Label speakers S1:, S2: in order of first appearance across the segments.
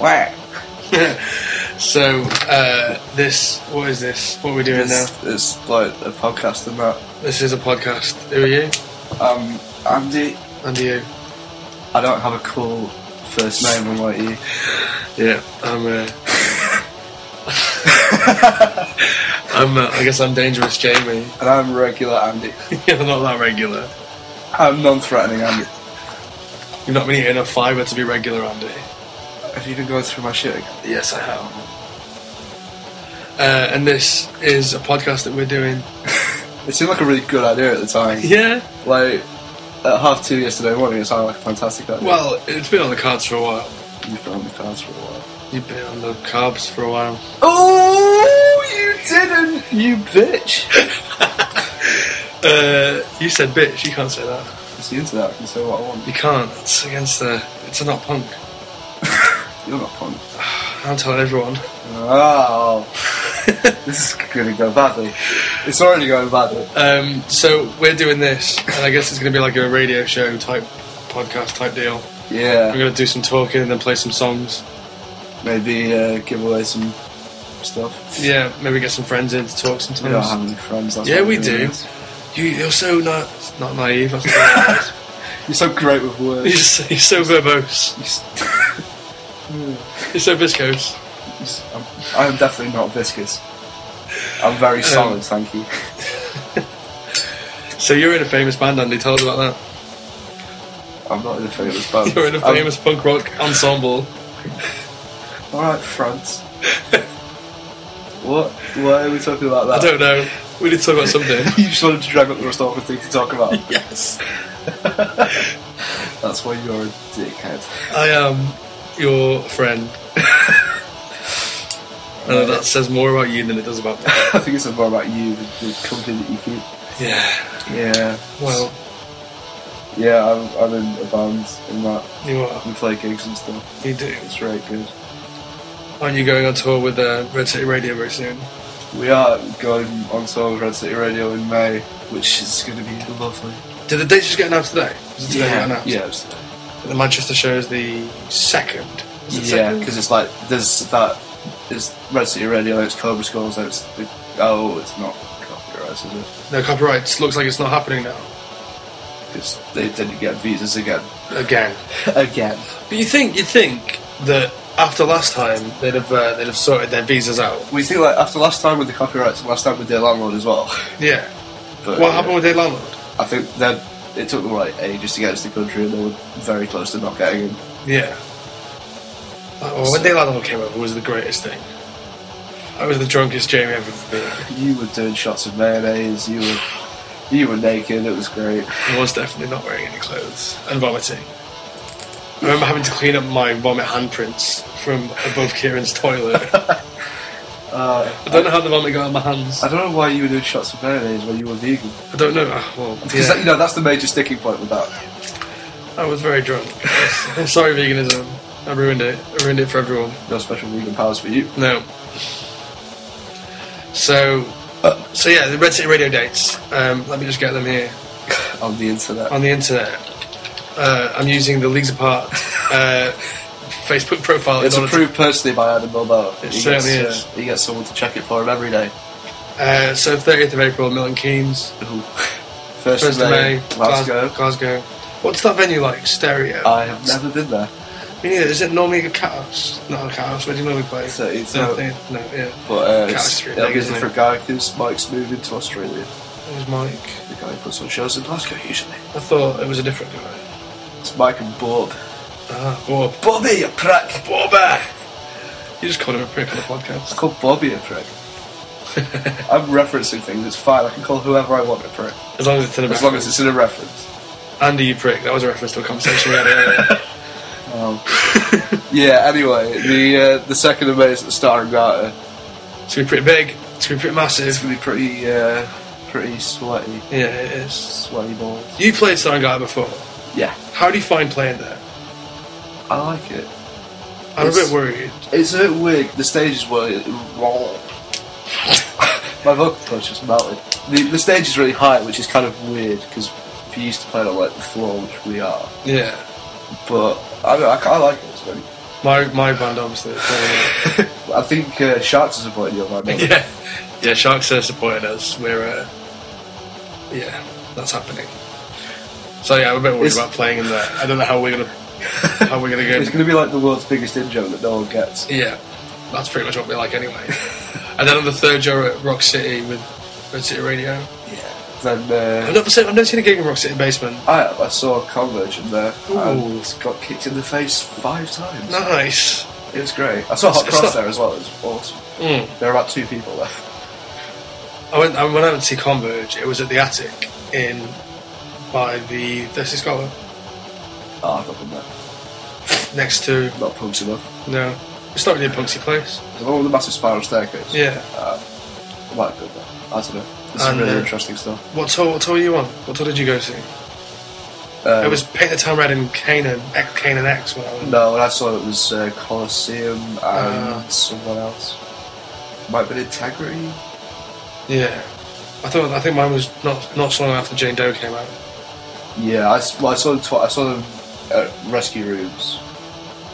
S1: Whack.
S2: So uh, this, what is this? What are we doing
S1: It's, it's like a podcast and that.
S2: now? This is a podcast. Who are you?
S1: Um, Andy,
S2: And you?
S1: I don't have a cool first name, unlike you.
S2: Yeah, I'm. Uh, I'm. Uh, I guess I'm dangerous, Jamie.
S1: And I'm regular Andy.
S2: You're not that regular.
S1: I'm non-threatening Andy.
S2: You've not been eating enough fibre to be regular, Andy.
S1: Have you been going through my shit again?
S2: Yes, I have. Uh, and this is a podcast that we're doing.
S1: It seemed like a really good idea at the time.
S2: Yeah.
S1: Like, at half two yesterday morning, it sounded like a fantastic idea.
S2: Well, it's been on the cards for a while.
S1: You've been on the cards for a while.
S2: You've been on the carbs for a while.
S1: Oh, you didn't, you bitch!
S2: Uh, you said bitch. You can't say that.
S1: It's the internet, I can say what I want.
S2: You can't. It's against the. It's not punk.
S1: You're not punk.
S2: I'm telling everyone.
S1: Oh, this is going to go badly. It's already going badly.
S2: Um, so we're doing this, and I guess it's going to be like a radio show type podcast type deal. We're
S1: Yeah,
S2: going to do some talking and then play some songs.
S1: maybe uh, give away some stuff.
S2: Yeah, maybe get some friends in to talk
S1: We don't have
S2: sometimes.
S1: any friends. that's
S2: Yeah,
S1: what
S2: we
S1: it
S2: do.
S1: is.
S2: You, you're so na- not naive. That's not
S1: You're so great with words.
S2: you're, so, you're so verbose.
S1: You s-
S2: You're so viscose.
S1: you s- I'm, I'm definitely not viscous. I'm
S2: Um,
S1: very solid, thank you.
S2: So you're in a famous band, Andy. Tell us about
S1: I'm not in a famous
S2: that.
S1: band.
S2: You're in a famous punk rock ensemble.
S1: Alright, France. what? Why are we talking about that?
S2: I don't know. We need to talk about something.
S1: You just wanted to drag up the Rostov thing to talk about.
S2: yes.
S1: That's why you're a dickhead.
S2: I am your friend. I know that says more about you than it does about me.
S1: I think it's more about you, the, the company that you keep.
S2: Yeah.
S1: Yeah.
S2: Well,
S1: Yeah, I'm, I'm in a band and that.
S2: you are.
S1: We play gigs and stuff.
S2: You do.
S1: It's really good.
S2: Aren't you going on tour with uh, Red City Radio very soon?
S1: We are going on tour with Red City Radio in May, which is going to be lovely.
S2: Did the dates just get announced today? Was it today got announced?
S1: yeah, it's-
S2: The Manchester show is the second. Is it
S1: yeah,
S2: second?
S1: because it's like there's that. It's Red City Radio. It's Cobra Skulls. And it's the, oh, it's not copyrights, is it?
S2: No copyrights. Looks like it's not happening now.
S1: Because they didn't get visas again.
S2: Again.
S1: again.
S2: But you think you'd think that after last time they'd have uh, they'd have sorted their visas out.
S1: We think like after last time with the copyrights, last time with their landlord as well.
S2: Yeah.
S1: But,
S2: what
S1: yeah,
S2: happened with their landlord?
S1: I think that it took them like ages to get into the country, and they were very close to not getting in.
S2: Yeah. Oh, when Dale Allen came over was the greatest thing. I was the drunkest Jamie ever been.
S1: You were doing shots of mayonnaise. You were you were naked. It was great.
S2: I was definitely not wearing any clothes and vomiting. I remember having to clean up my vomit handprints from above Kieran's toilet.
S1: Uh,
S2: I don't know how the vomit got on my hands.
S1: I don't know why you were doing shots of mayonnaise when you were vegan.
S2: I don't know. Ah, Well,
S1: Because that,
S2: yeah,
S1: you know that's the major sticking point with that.
S2: I was very drunk. I'm sorry, veganism. I ruined it. I ruined it for everyone.
S1: No special vegan powers for you.
S2: No. So, uh, so yeah, the Red City Radio dates. Um, let me just get them here.
S1: on the internet.
S2: on the internet. Uh, I'm using the Leagues Apart uh, Facebook profile. in
S1: it's
S2: order to-
S1: approved personally by Adam Bilbao.
S2: It
S1: he
S2: certainly
S1: gets,
S2: is.
S1: Uh, he gets someone to check it for him every day.
S2: uh, so 30th of April, Milton Keynes.
S1: Ooh. First,
S2: 1st
S1: of
S2: of May,
S1: Glasgow.
S2: Glasgow. What's that venue like? Stereo.
S1: I have never been there,
S2: Me neither. Is it normally a cat house? Not a cat house. Where do you normally play?
S1: So it's
S2: no,
S1: not-
S2: no, yeah.
S1: but uh, it's,
S2: Castro,
S1: it'll be a
S2: isn't it?
S1: different guy because Mike's moving to Australia.
S2: There's Mike.
S1: The guy who puts on shows in Glasgow usually.
S2: I thought it was a different guy.
S1: It's Mike and Bob.
S2: Ah, Bob.
S1: Bobby, you prick!
S2: Bobber. You just called him a prick on the
S1: I
S2: podcast.
S1: call Bobby a prick. I'm referencing things. It's fine. I can call whoever I want a prick
S2: As long as it's in a
S1: as long as it's in a reference.
S2: Andy, you prick. That was a reference to a conversation we had earlier.
S1: Yeah. Anyway, the uh, the second of May is at the Star and Garter.
S2: it's going to be pretty big. It's going to be pretty
S1: It's
S2: massive.
S1: gonna be pretty uh, pretty sweaty,
S2: Yeah, it is.
S1: sweaty balls.
S2: You played Stargate before.
S1: Yeah,
S2: How do you find playing there?
S1: I like it.
S2: I'm
S1: It's-
S2: a bit worried.
S1: It's a bit weird. The stage is really My vocal coach just melted. The, the stage is really high, which is kind of weird because if you used to play it on like the floor, which we are,
S2: Yeah.
S1: but I don't know, I, I like it. It's really,
S2: My my band obviously. is probably-
S1: I think uh, Sharks is avoiding your mind.
S2: yeah, yeah. Sharks are supporting us. We're uh, yeah, that's happening. So yeah, I'm a bit worried
S1: It's-
S2: about playing in there. I don't know how we're gonna how we're gonna go.
S1: It's going to be like the world's biggest in joke that no one gets.
S2: Yeah, that's pretty much what we like anyway. and then on the third show at Rock City with Red City Radio.
S1: Yeah. Then uh,
S2: I've never seen, I've never seen a gig in Rock City Basement.
S1: I, I saw Converge in there
S2: Ooh.
S1: and got kicked in the face five times.
S2: Nice.
S1: It was great. I saw
S2: It's-
S1: Hot
S2: it's
S1: Cross
S2: not-
S1: there as well. It was awesome.
S2: Mm.
S1: There were about two people there.
S2: I went I went out to see Converge. It was at the Attic in by the Thirsty Scholar
S1: Oh, I've not been there.
S2: next to
S1: Not punks enough.
S2: no. It's not really a punksy place.
S1: The one with the massive spiral staircase.
S2: Yeah.
S1: I might have been there. I don't know. This
S2: And,
S1: is really
S2: uh,
S1: interesting stuff.
S2: What tour? What tour were you on? What tour did you go to?
S1: Um,
S2: it was Paint the Town Red in Canaan, X, Canaan X. When I went.
S1: No, when I saw it, it was uh, Colosseum and
S2: Ah.
S1: someone else. Might have been Integrity.
S2: Yeah. I thought I think mine was not not so long after Jane Doe came out.
S1: Yeah, I, s- well, I saw them. Twi- I saw them at Rescue Rooms.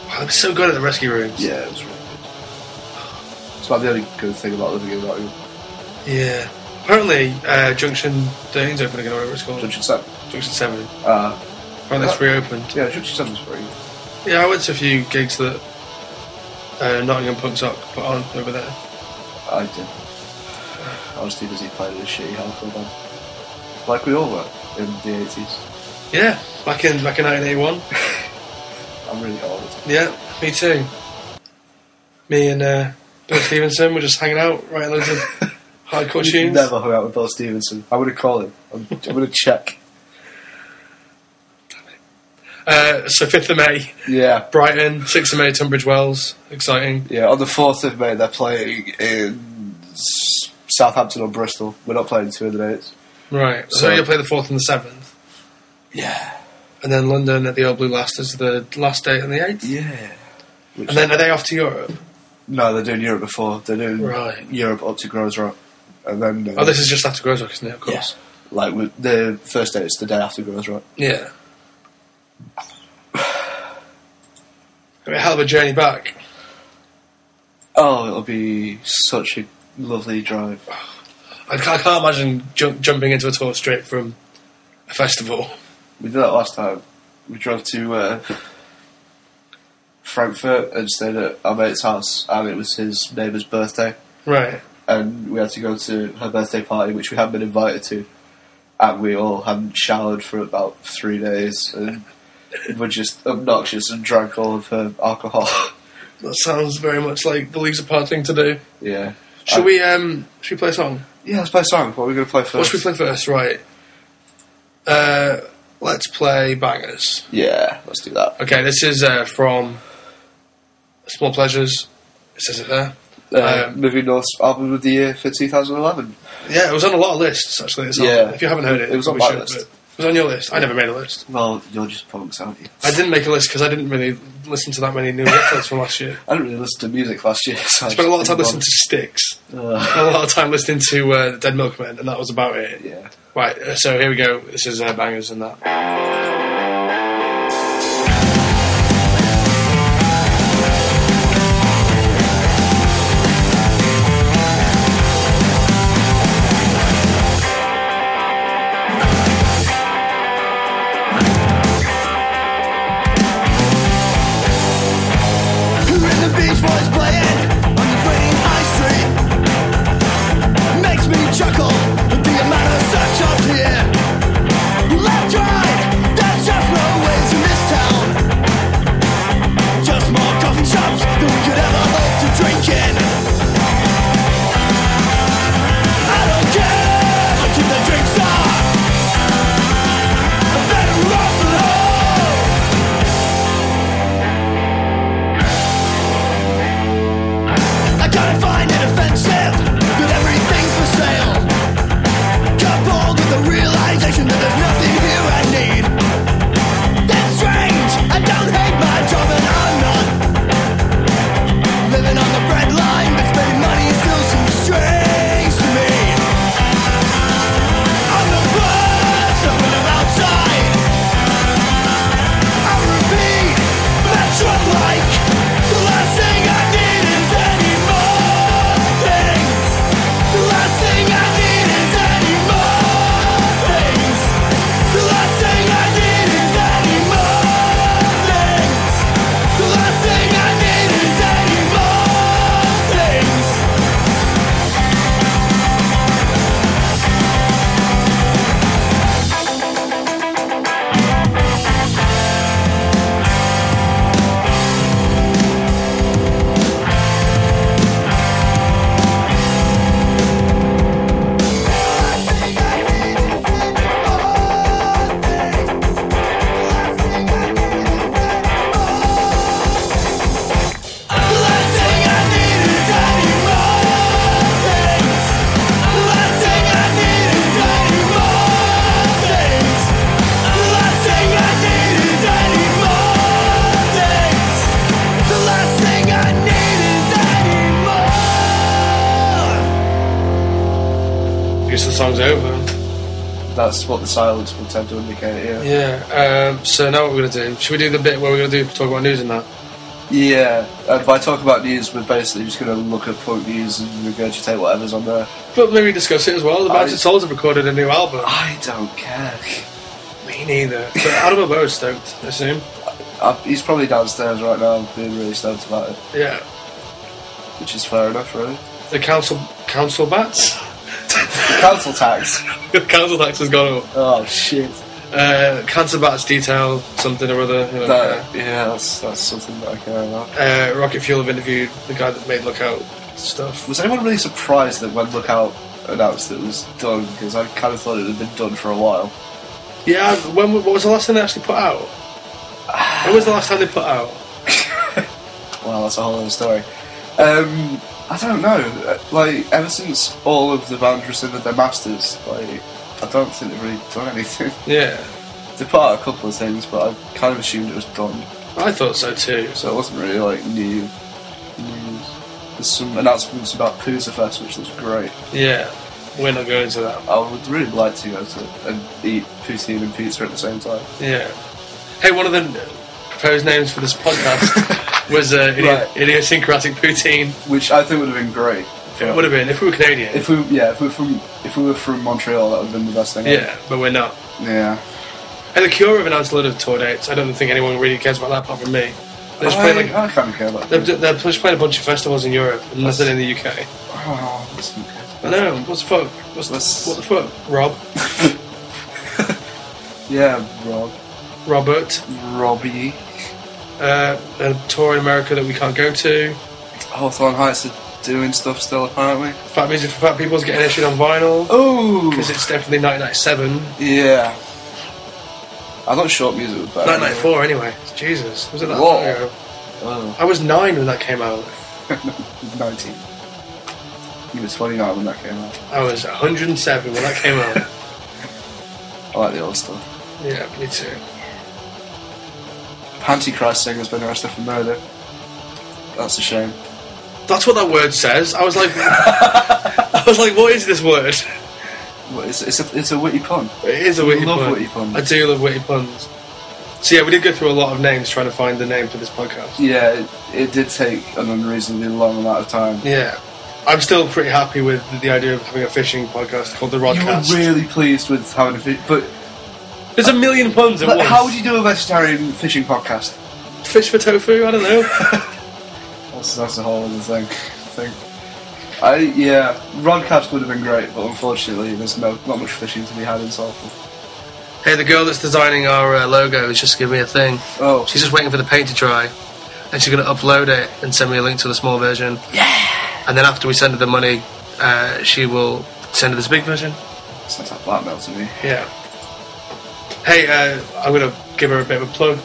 S2: Wow, they were so good at the rescue rooms.
S1: Yeah, it was really good. It's about the only good thing about living in Nottingham.
S2: Yeah. Apparently, uh, Junction 13's open again, or whatever it's called.
S1: Junction Seven.
S2: Junction 7.
S1: Uh,
S2: Apparently, it's
S1: Yeah.
S2: reopened.
S1: yeah, Junction Seven's pretty. good.
S2: Yeah, I went to a few gigs that uh, Nottingham Punk Sock put on over there.
S1: I did. I was too busy playing in a shitty hardcore band, like we all were in the eighties.
S2: Yeah, back in back in 1981.
S1: I'm really old.
S2: Yeah, me too. Me and uh, Bill Stevenson were just hanging out, writing loads of hardcore tunes.
S1: Never hung out with Bill Stevenson. I'm gonna call him. I'm, I'm gonna check.
S2: Uh, so 5th of May,
S1: Yeah,
S2: Brighton. 6th of May, Tunbridge Wells. Exciting.
S1: Yeah, on the 4th of May, they're playing in S- Southampton or Bristol. We're not playing two of the dates.
S2: Right. So,
S1: So-
S2: you'll play the 4th and the 7th.
S1: Yeah.
S2: And then London at the Old Blue Last is the last date on the 8th.
S1: Yeah. Which,
S2: And then are they off to Europe?
S1: no, they're doing Europe before. They're doing
S2: Right.
S1: Europe up to Groves Rock. And then. uh,
S2: Oh, this is just after Grosrock, isn't it? Of course.
S1: Like, with the first date is the day after Groves Rock.
S2: Yeah. I mean, hell of a journey back.
S1: Oh, it'll be such a lovely drive.
S2: I can't, I can't imagine ju- jumping into a tour straight from a festival.
S1: We did that last time. We drove to uh, Frankfurt and stayed at our mate's house, and it was his neighbour's birthday.
S2: Right.
S1: and we had to go to her birthday party, which we hadn't been invited to, and we all hadn't showered for about three days, and were just obnoxious and drank all of her alcohol.
S2: That sounds very much like the Leagues Apart thing to do.
S1: yeah.
S2: Should
S1: Uh,
S2: we um should we play a song?
S1: Yeah, let's play a song. What are we going to play
S2: What
S1: first?
S2: should we play first? Right. Uh let's play Bangers.
S1: Yeah, let's do that.
S2: Okay, this is uh from Small Pleasures. It says it there.
S1: Uh,
S2: Um,
S1: moving North's album of the year for 2011.
S2: Yeah, it was on a lot of lists actually. It's on-
S1: Yeah.
S2: if you haven't heard it,
S1: It was on
S2: you
S1: my
S2: probably should,
S1: list.
S2: but It was on your list. I never made a list.
S1: Well, you're just punks, aren't you?
S2: I didn't make a list because I didn't really listen to that many new records from last year.
S1: I didn't really listen to music last year. So I
S2: I spent a lot of time
S1: just
S2: listening
S1: didn't
S2: to Sticks,
S1: bother.
S2: and a lot of time listening to uh, the Dead Milkmen, and that was about it.
S1: Uh, yeah.
S2: Right, uh, so here we go. This is uh, Bangers and that.
S3: Who in the Beach Boys playing on the green high street? Makes me chuckle with the amount of such up here. Left, right,
S2: obvious the song's over.
S1: That's what the silence will tend to indicate. Yeah.
S2: Yeah. Um, so now what we're gonna do? Should we do the bit where we're gonna do talk about news and that?
S1: Yeah. Uh, by talk about news, we're basically just going to look at punk news and regurgitate whatever's on there.
S2: But maybe discuss it as well. The
S1: I- Ah.
S2: Bastard Souls have recorded a new album.
S1: I don't care.
S2: Me neither. But Adam and Bo are stoked, I assume.
S1: I, he's probably downstairs right now, being really stoked about it,
S2: Yeah.
S1: which is fair enough, really.
S2: The council council bats.
S1: Council tax.
S2: council tax has gone up.
S1: Oh shit.
S2: Uh, council bats detail something or other. you know, uh,
S1: That, yeah, that's that's something that I care about.
S2: uh, Rocket Fuel have interviewed the guy that made Lookout stuff.
S1: Was anyone really surprised that when Lookout announced it was done? Because I kind of thought it had been done for a while.
S2: Yeah, when what was the last thing they actually put out? When was the last time they put out?
S1: Wow, that's a whole other story. Um, I don't know. Uh, Like ever since all of the bands rescinded their masters, like I don't think they've really done anything.
S2: Yeah,
S1: they put out a couple of things, but I kind of assumed it was done,
S2: I thought so too.
S1: so it wasn't really like new news. There's some announcements about Poozafest, which looks great.
S2: Yeah, we're not going to that.
S1: I would really like to go to it and eat poutine and pizza at the same time.
S2: Yeah. Hey, one of the proposed names for this podcast was uh, idi-
S1: Right.
S2: idiosyncratic poutine.
S1: which I think would have been great.
S2: It would have been if we were Canadian.
S1: If we, yeah, if we were from, if we were from Montreal, that would have been the best thing.
S2: yeah, but we're not.
S1: yeah.
S2: And the Cure have announced a load of tour dates. I don't think anyone really cares about that apart from me. They're just
S1: I,
S2: playing like.
S1: I kind of care about
S2: They're,
S1: it.
S2: they're just playing a bunch of festivals in Europe and nothing in the UK.
S1: Oh, that's not good.
S2: I know, what's the fuck? What's
S1: Let's-
S2: the, what the fuck? Rob?
S1: Yeah, Rob,
S2: Robert?
S1: Robbie,
S2: uh, a tour in America that we can't go to.
S1: Hawthorne Heights are doing stuff still apparently.
S2: Fat Music for Fat People's getting issued on vinyl because
S1: Oh,
S2: it's definitely 1997,
S1: yeah. I thought short music was better.
S2: 1994 anyway. Jesus, was it that
S1: Whoa.
S2: long ago?
S1: Oh,
S2: I was nine when that came out.
S1: nineteen. You were twenty nine when that came out.
S2: I was 107 when that came out.
S1: I like the old stuff.
S2: yeah, me too.
S1: Antichrist singer's been arrested for murder. That's a shame.
S2: That's what that word says. I was like, I was like, what is this word?
S1: Well, it's, it's a it's a witty pun.
S2: It is a witty
S1: love
S2: pun.
S1: witty puns.
S2: I do love witty puns. So yeah, we did go through a lot of names trying to find the name for this podcast.
S1: Yeah, it, it did take an unreasonably long amount of time.
S2: Yeah. I'm still pretty happy with the idea of having a fishing podcast called The
S1: You
S2: Rodcast.
S1: were really pleased with how to fish, but
S2: There's a million puns at
S1: but
S2: once.
S1: how would you do a vegetarian fishing podcast?
S2: fish for tofu? I don't know.
S1: That's that's a whole other thing. I think. I yeah, rodcast would have been great, but unfortunately, there's no not much fishing to be had in Salford.
S2: hey, the girl that's designing our uh, logo has just given me a thing.
S1: Oh,
S2: She's just waiting for the paint to dry, and she's going to upload it and send me a link to the small version. Yeah. And then after we send her the money, uh, she will send her this big version.
S1: sounds like blackmail to me.
S2: Yeah. Hey, uh, I'm going to give her a bit of a plug.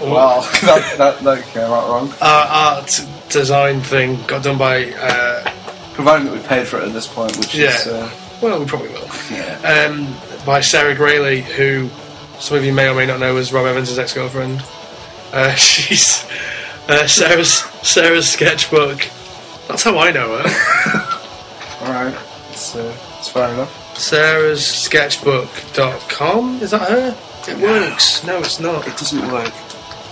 S1: Wow, that, that that came out wrong.
S2: Our art design thing got done by. Uh,
S1: Providing that we paid for it at this point, which is
S2: Yeah.
S1: uh,
S2: well, we probably will.
S1: yeah.
S2: um, by Sarah Grayley, who some of you may or may not know was Rob Evans' ex-girlfriend. Uh, she's uh, Sarah's Sarah's sketchbook. That's how I know her.
S1: All right, it's uh, it's fair enough.
S2: Sarah's sketchbook.com. Is that her? It works. No, it's not.
S1: It doesn't work.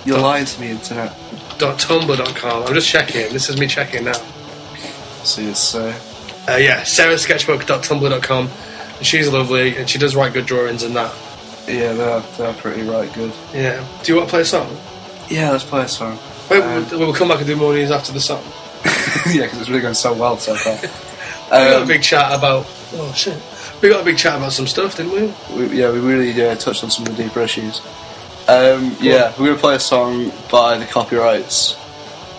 S1: You're lying to me, internet.
S2: Dot tumblr.com. I'm just checking. This is me checking now.
S1: See, it's uh,
S2: Uh, yeah, Sarah's sketchbook.tumblr.com. And she's lovely, and she does write good drawings and that.
S1: yeah, they're they're pretty right good.
S2: Yeah. Do you want to play a song?
S1: Yeah, let's play a song.
S2: Wait,
S1: Um,
S2: we'll, we'll come back and do more news after the song.
S1: yeah, because it's really going so well so far.
S2: We got a
S1: Um,
S2: big chat about oh shit. We got a big chat about some stuff, didn't we?
S1: we, yeah, we really yeah, touched on some of the deeper issues. Um, yeah, we're going to play a song by the copyrights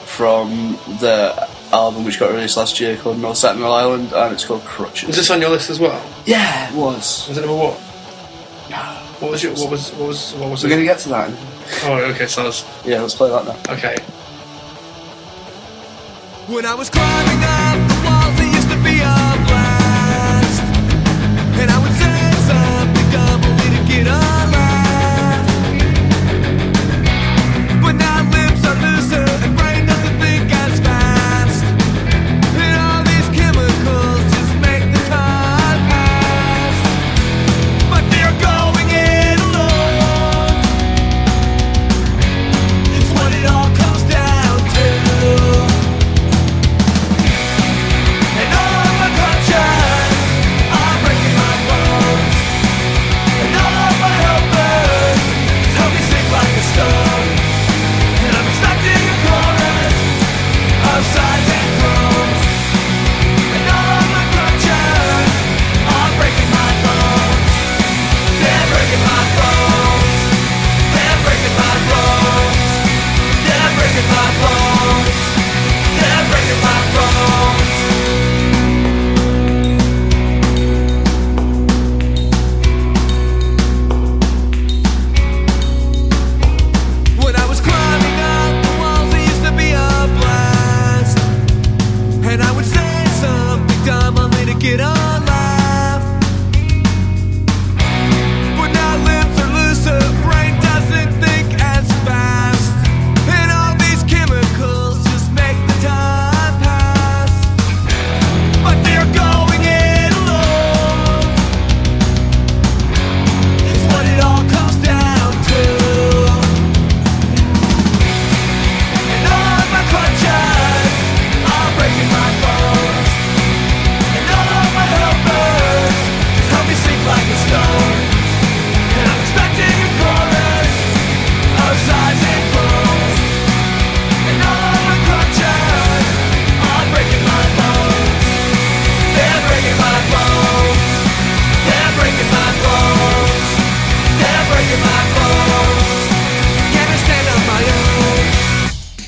S1: from the album which got released last year called North Sentinel Island, and it's called
S2: Was
S1: Crutches.
S2: this on your list as well?
S1: yeah, it was.
S2: Was it number one? What was your what was what was what was
S1: We're going to
S2: it?
S1: get to that.
S2: Oh okay, so that's
S1: Yeah, let's play that now.
S2: okay.
S3: When I was climbing up the walls, there used to be a blast. And I would say something dumb only to get a laugh. But now lips are looser and brain doesn't think as fast. And all these chemicals just make the time.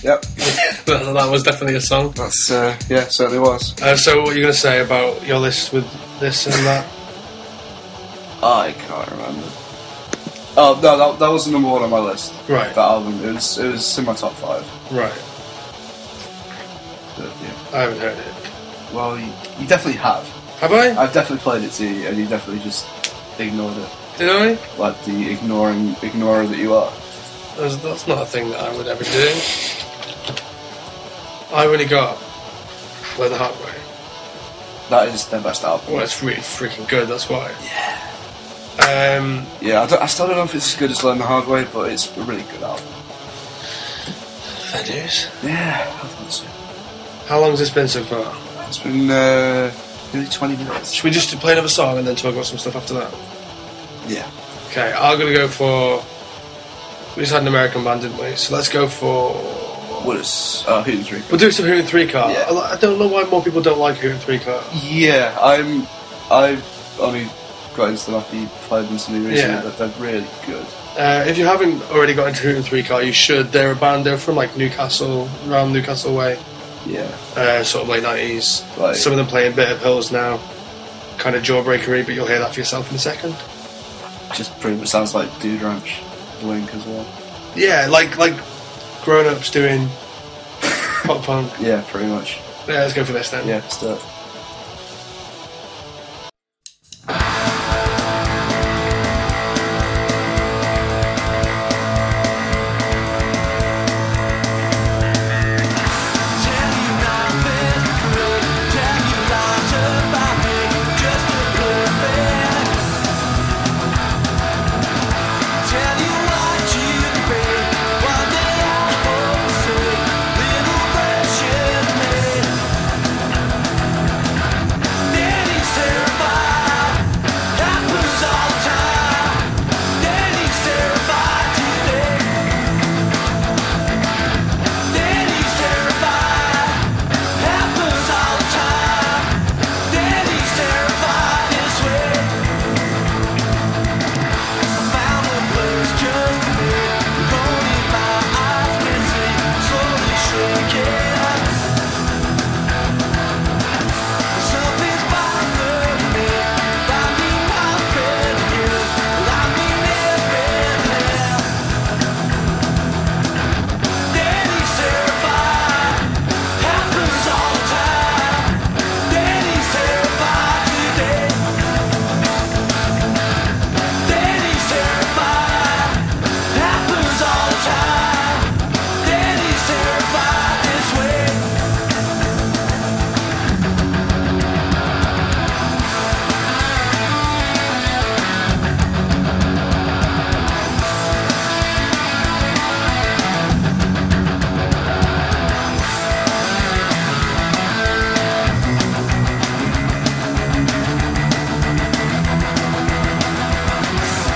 S2: that was definitely a song.
S1: That's uh, yeah, certainly was.
S2: Uh, so, what are you going to say about your list with this and that?
S1: I can't remember. Oh no, that, that was the number one on my list.
S2: Right.
S1: That album. It was it was in my top five.
S2: right.
S1: But, yeah.
S2: I haven't heard it.
S1: Well, you, you definitely have.
S2: Have I?
S1: I've definitely played it to you, and you definitely just ignored it,
S2: Did I?
S1: like the ignoring ignorer that you are.
S2: That's, that's not a thing that I would ever do. I really got Let the Heart Way.
S1: That is their best album.
S2: Well, it's really freaking good, that's why. Yeah. Um,
S1: Yeah, I, don't- I still don't know if it's as good as Learn the Hard Way, but it's a really good album.
S2: fair dues.
S1: Yeah, I think so.
S2: How long has this been so far?
S1: It's been uh, nearly 20 minutes.
S2: Should we just play another song and then talk about some stuff after that?
S1: Yeah.
S2: Okay, I'm gonna go for. We just had an American band, didn't we? So let's go for.
S1: What is. Oh, who's Rico?
S2: We'll do some Who in Three Car.
S1: Yeah.
S2: I li- I don't know why more people don't like Who in Three Car.
S1: Yeah, I'm. I've only got into them after you played them to me recently,
S2: Yeah.
S1: but they're really good.
S2: Uh, if you haven't already got into Who in Three Car, you should. They're a band. They're from like Newcastle, around Newcastle way,
S1: Yeah.
S2: uh, sort of late nineties.
S1: Right.
S2: Some of them playing Bitter Pills now, kind of jawbreakery, but you'll hear that for yourself in a second.
S1: Just pretty much sounds like Dude Ranch Blink as well.
S2: Yeah, like like grown ups doing pop punk.
S1: Yeah, pretty much.
S2: Yeah, let's go for this then.
S1: Yeah, it's that.
S3: Something's bothering me, bothering my friend here, bothering everywhere. Daddy's terrified, happens all the time. Daddy's terrified today. Daddy's terrified, happens all the time. Daddy's terrified this way.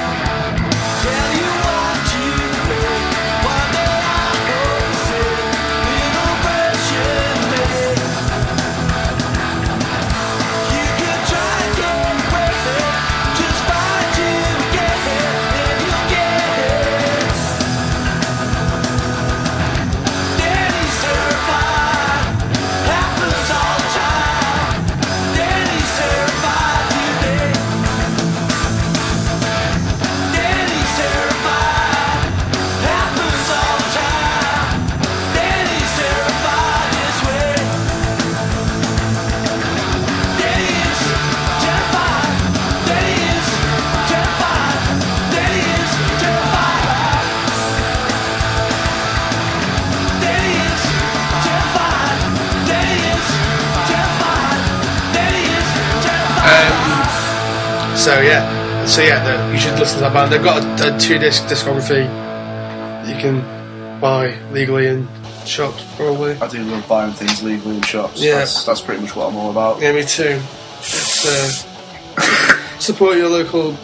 S3: Tell you what you think. One day I will sit in a virgin bed. You can try getting away, just find you again, and you'll get it. Daddy's terrified, happens all the time. Daddy's terrified today. Daddy's terrified. Happens all the time. Daddy's terrified this way. Daddy is terrified. Daddy is terrified. Daddy is terrified. Daddy is terrified. Daddy is terrified. Daddy is terrified.
S2: So yeah, so yeah, the, you should listen to that band. They've got a, a two-disc discography you can buy legally in shops probably.
S1: I do love buying things legally in shops.
S2: Yeah.
S1: That's, that's pretty much what I'm all about.
S2: Yeah, me too. It's, uh, support your local.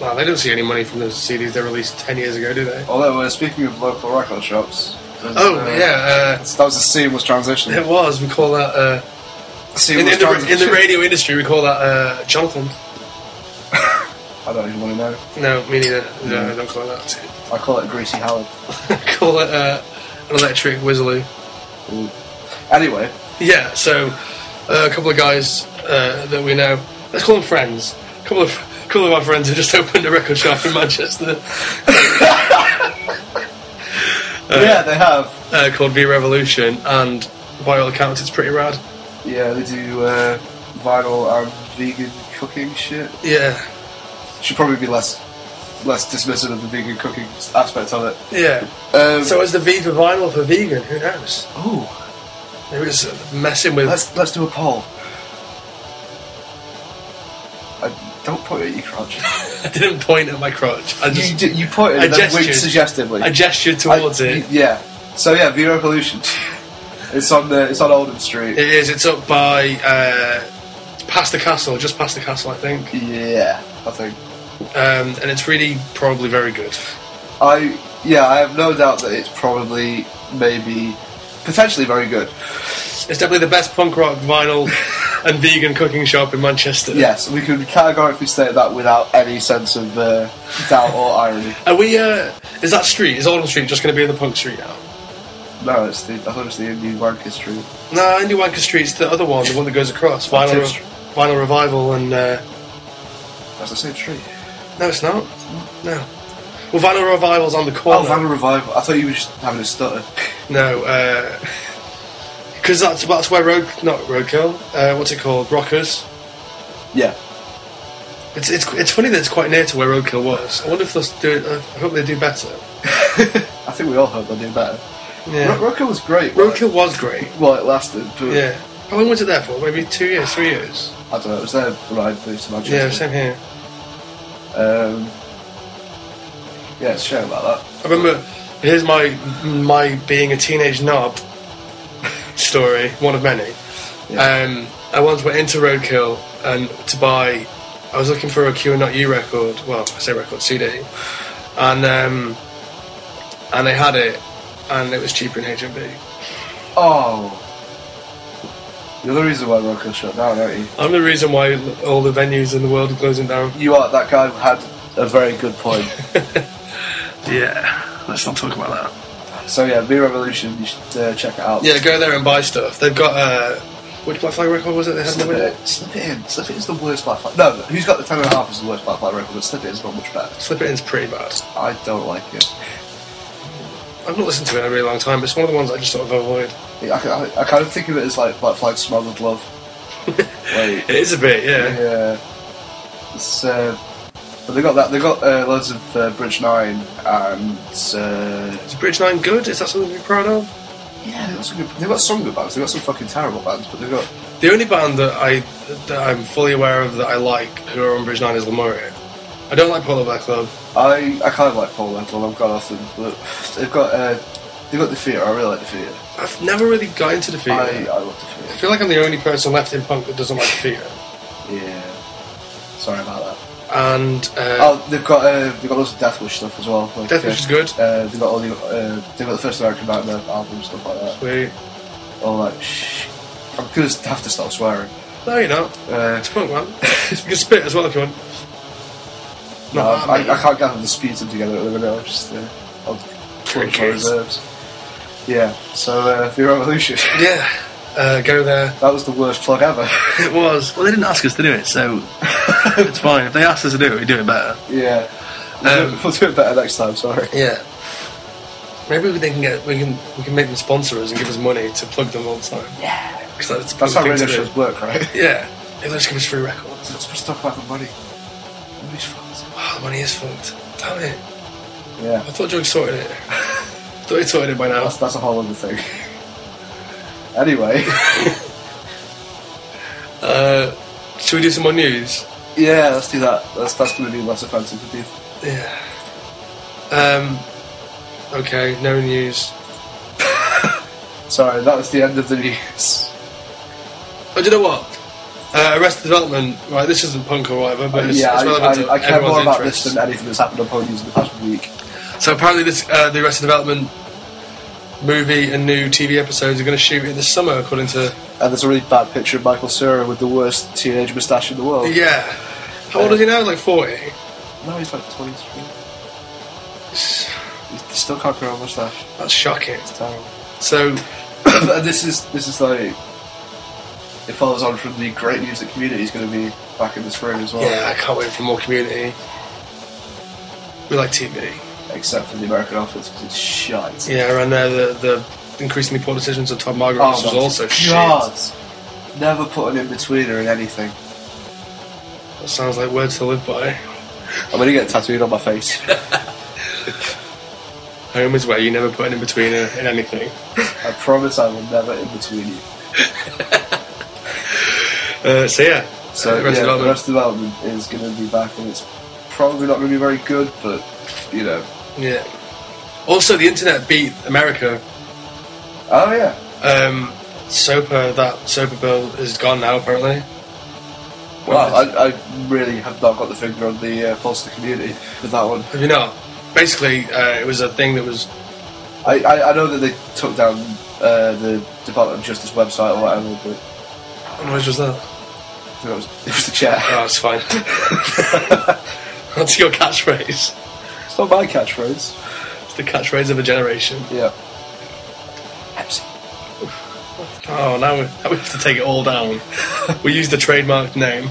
S2: Well, they don't see any money from those CDs they released ten years ago, do they?
S1: Although, uh, speaking of local record shops. there's,
S2: Oh
S1: uh,
S2: yeah,
S1: That was a seamless transition.
S2: uh, it was. We call that uh, in,
S1: Seamless
S2: in, the, in
S1: transition.
S2: the radio industry we call that uh, Jonathan.
S1: I don't even want to know.
S2: No, me neither. No, I don't call it that.
S1: I call it Greasy Howard.
S2: call it uh, an electric whizzaloo.
S1: Ooh. Anyway,
S2: Yeah, so uh, a couple of guys uh, that we know, let's call them friends. A couple of a couple of our friends have just opened a record shop in Manchester Oh,
S1: yeah, they have.
S2: uh, called V Revolution, and by all accounts, it's pretty rad.
S1: Yeah, they do uh, vinyl and vegan cooking shit.
S2: Yeah,
S1: Should probably be less less dismissive of the vegan cooking aspect of it.
S2: yeah.
S1: Um,
S2: So is the V for vinyl for vegan? Who knows?
S1: ooh,
S2: It was messing with.
S1: let's let's do a poll. I don't point at you, crotch.
S2: I didn't point at my crotch. I
S1: You,
S2: just
S1: d- you pointed
S2: I
S1: and then winked
S2: gestured.
S1: suggestively.
S2: I gestured
S1: I-
S2: towards it.
S1: y- Yeah. So yeah, V Revolution. it's on the it's on Oldham Street.
S2: It is. It's up by uh, past the castle, just past the castle, I think.
S1: yeah, I think.
S2: Um, and it's really probably very good.
S1: I yeah, I have no doubt that it's probably maybe potentially very good.
S2: It's definitely the best punk rock vinyl and vegan cooking shop in Manchester.
S1: Yes, we could categorically state that without any sense of uh, doubt or irony.
S2: Are we? Uh, is that street? Is Oldham Street just going to be the punk street now?
S1: No, it's the I thought it was the Indian wanker street.
S2: No, Indie Wanker Street's the other one, the one that goes across. Vinyl,
S1: Active Street.
S2: Re- vinyl Revival and uh,
S1: That's the same street.
S2: no, it's not. No. Well, Vinyl Revival's on the corner.
S1: Oh, Van Revival. I thought you were just having a stutter.
S2: No, because that's that's where road not roadkill. Uh, what's it called? Rockers.
S1: yeah.
S2: It's it's it's funny that it's quite near to where roadkill was. I wonder if they'll do it. I hope they do better.
S1: I think we all hope they'll do better.
S2: Yeah.
S1: Ro- Roadkill was great. but-
S2: roadkill was great.
S1: Well, it lasted. But
S2: Yeah. How long was it there for? Maybe two years, three years.
S1: I don't know. It was there when I moved to Manchester.
S2: Yeah, same here.
S1: Um, yeah, it's a shame about
S2: I remember. Here's my my being a teenage knob story. One of many.
S1: Yeah.
S2: Um, I once went into Roadkill and to buy. I was looking for a Q and Not You record. Well, I say record CD, and um, and they had it, and it was cheaper in HMV.
S1: that. Oh. You're the reason why Roadkill shut down, aren't you?
S2: I'm the reason why all the venues in the world are closing down.
S1: You are. That guy had a very good point.
S2: Yeah, let's not talk about that.
S1: so yeah, V Revolution. You should uh, check it out.
S2: Yeah, go there and buy stuff. They've got uh, which Black Flag record was it? They had in the
S1: Slip
S2: window?
S1: it, slip it in. Slip it is the worst Black Flag. No, who's got the ten and a half is the worst Black Flag record, but slip it is not much better.
S2: Slip it in's pretty bad.
S1: I don't like it.
S2: I've not listened to it in a really long time, but it's one of the ones I just sort of avoid.
S1: I, I, I kind of think of it as like Black Flag smothered love. like,
S2: It is a bit, yeah.
S1: yeah. It's, uh, but they got that. They got uh, loads of uh, Bridge Nine and uh,
S2: Is Bridge 9 good? Is that something to be proud of?
S1: yeah, they got some good. They got some good bands. They got some fucking terrible bands, but they got
S2: The only band that, I, that I'm fully aware of that I like who are on Bridge 9 is Lemuria. I don't like Polo Bear Club.
S1: I I kind of like Paul Wendell. I've gone off them, but they've got uh, they've got Defeater. I really like Defeater.
S2: I've never really got into Defeater.
S1: I
S2: I,
S1: I love Defeater.
S2: feel like I'm the only person left in punk that doesn't like Defeater.
S1: Yeah. Sorry about that.
S2: And uh,
S1: Oh, they've got uh, they've got loads of Deathwish stuff as well. Like,
S2: Deathwish
S1: uh,
S2: is good.
S1: Uh, they've got all the uh, they've got the first American Nightmare album stuff like that.
S2: we,
S1: All that. Shh. I'm gonna have to stop swearing.
S2: no, you're not.
S1: Uh,
S2: It's punk, man. you can spit as well if you want.
S1: no,
S2: Not
S1: I, I
S2: that,
S1: can't gather the speeds them together at the minute. I'm just uh, I'll plunge my
S2: Crickets.
S1: reserves. Yeah. So uh, for your revolution,
S2: Yeah, uh, go there.
S1: that was the worst plug ever.
S2: It was. Well, they didn't ask us to do it, so it's fine. If they asked us to do it, we do it better.
S1: yeah. We'll, do,
S2: Um,
S1: we'll do it better next time. Sorry.
S2: Yeah. Maybe we can get we can we can make them sponsor us and give us money to plug them all the time. Yeah. Because that's,
S1: That's how
S2: the
S1: radio
S2: thing to do.
S1: shows work, right?
S2: Yeah. If they just give us free records.
S1: Let's just talk about the money. Money's fucked.
S2: Wow, the money is fucked. Damn it!
S1: Yeah.
S2: I thought Jug sorted it. thought he sorted it by now.
S1: That's, that's a whole other thing. anyway,
S2: Uh, should we do some more news?
S1: yeah, let's do that. That's that's going to be less offensive to people.
S2: Yeah. Um. Okay. No news.
S1: Sorry, that was the end of the news.
S2: Oh, do you know what? Uh, Arrested Development. Right, this isn't punk or whatever, but it's,
S1: yeah,
S2: it's
S1: I,
S2: relevant
S1: I,
S2: to
S1: I care
S2: everyone's
S1: more about
S2: interests.
S1: this than anything that's happened on ponies in the past week.
S2: So apparently, this uh, the Arrested Development movie and new TV episodes are going to shoot in the summer, according to
S1: And there's a really bad picture of Michael Cera with the worst teenage moustache in the world.
S2: yeah. How old is he now? Like forty.
S1: No, he's like 23. He's still can't grow a moustache.
S2: That's shocking.
S1: It's terrible.
S2: So
S1: But this is this is like it follows on from the great music community is going to be back in the spring as well.
S2: Yeah, I can't wait for more community. We like TV.
S1: Except for the American Office because it's shite.
S2: Yeah, around there, the, the increasingly poor decisions of Tom Margaret which was
S1: Oh my
S2: also
S1: God. Never put an in betweener in anything.
S2: shit. That sounds like words to live by.
S1: I'm gonna get tattooed on my face.
S2: Home is where you never put an in betweener in anything.
S1: I promise I will never in between you.
S2: Uh, so yeah,
S1: So
S2: uh, Resident
S1: yeah,
S2: Evil.
S1: the rest development is gonna be back and it's probably not gonna be very good, but you know.
S2: yeah. Also, the internet beat America.
S1: Oh yeah.
S2: Um, SOPA, that SOPA bill is gone now apparently.
S1: Well, I, I really have not got the finger on the uh, pulse of the community with that one.
S2: Have you not? Basically, uh, it was a thing that was
S1: I, I, I know that they took down uh, the Department of Justice website or whatever, but
S2: What noise was that?
S1: I think it was, it was the chair.
S2: Oh, it's fine. That's your catchphrase.
S1: It's not my catchphrase.
S2: It's the catchphrase of a generation.
S1: Yeah. Pepsi.
S2: Oh, now we, now we have to take it all down. we used the trademark name.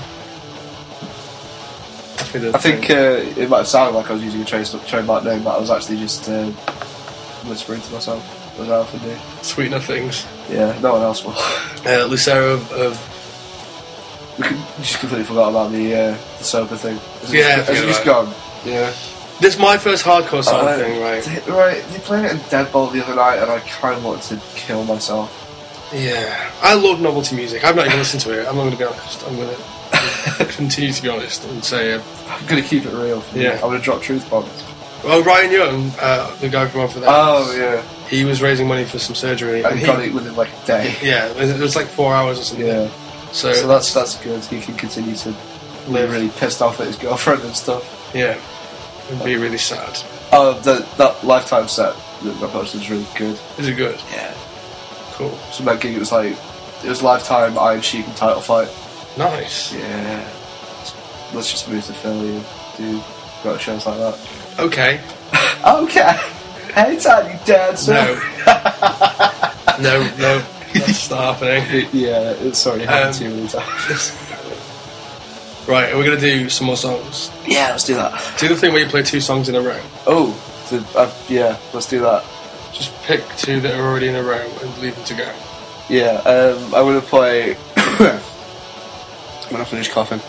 S1: I think uh, it might have sounded like I was using a trade, trademark name, but I was actually just uh, whispering to myself. It Was Alf and me.
S2: sweet nothings.
S1: Yeah, no one else will.
S2: Uh, Lucero of, of
S1: we could- we just completely forgot about the, uh, the sober thing. Has it
S2: Yeah,
S1: just- has it
S2: forget
S1: just
S2: about
S1: gone? Yeah.
S2: this is my first hardcore song
S1: Uh,
S2: thing, right?
S1: They, right, they played it in Deadbolt the other night, and I kind of wanted to kill myself.
S2: Yeah, I love novelty music. I've not even listened to it. I'm not going to be honest. I'm going to continue to be honest and say, uh,
S1: I'm gonna keep it real. For you.
S2: Yeah.
S1: I'm gonna drop truth bombs.
S2: well, Ryan Young, uh, the guy from Off the
S1: Oh yeah,
S2: he was raising money for some surgery,
S1: and
S2: and he,
S1: got it within like a day.
S2: yeah, it was like four hours or something.
S1: Yeah,
S2: So,
S1: so that's that's good. He can continue to be
S2: Live.
S1: really pissed off at his girlfriend and stuff.
S2: yeah, it'd be really sad.
S1: Oh, that that lifetime set that I posted is really good.
S2: Is it good?
S1: Yeah,
S2: Cool.
S1: so that gig it was like it was lifetime Iron Sheik and title fight.
S2: Nice.
S1: Yeah, let's just move to Philly and do got shows like that.
S2: Okay.
S1: Okay, hey tiny dancer.
S2: No. no, no, that's not happening.
S1: Yeah, it's sorry,
S2: Um,
S1: happened too many times.
S2: Right, we're gonna do some more songs.
S1: yeah, let's do that.
S2: Do the thing where you play two songs in a row.
S1: Oh, so, uh, yeah, let's do that.
S2: Just pick two that are already in a row and leave them to go.
S1: Yeah, um, I'm gonna play. when I finish coughing.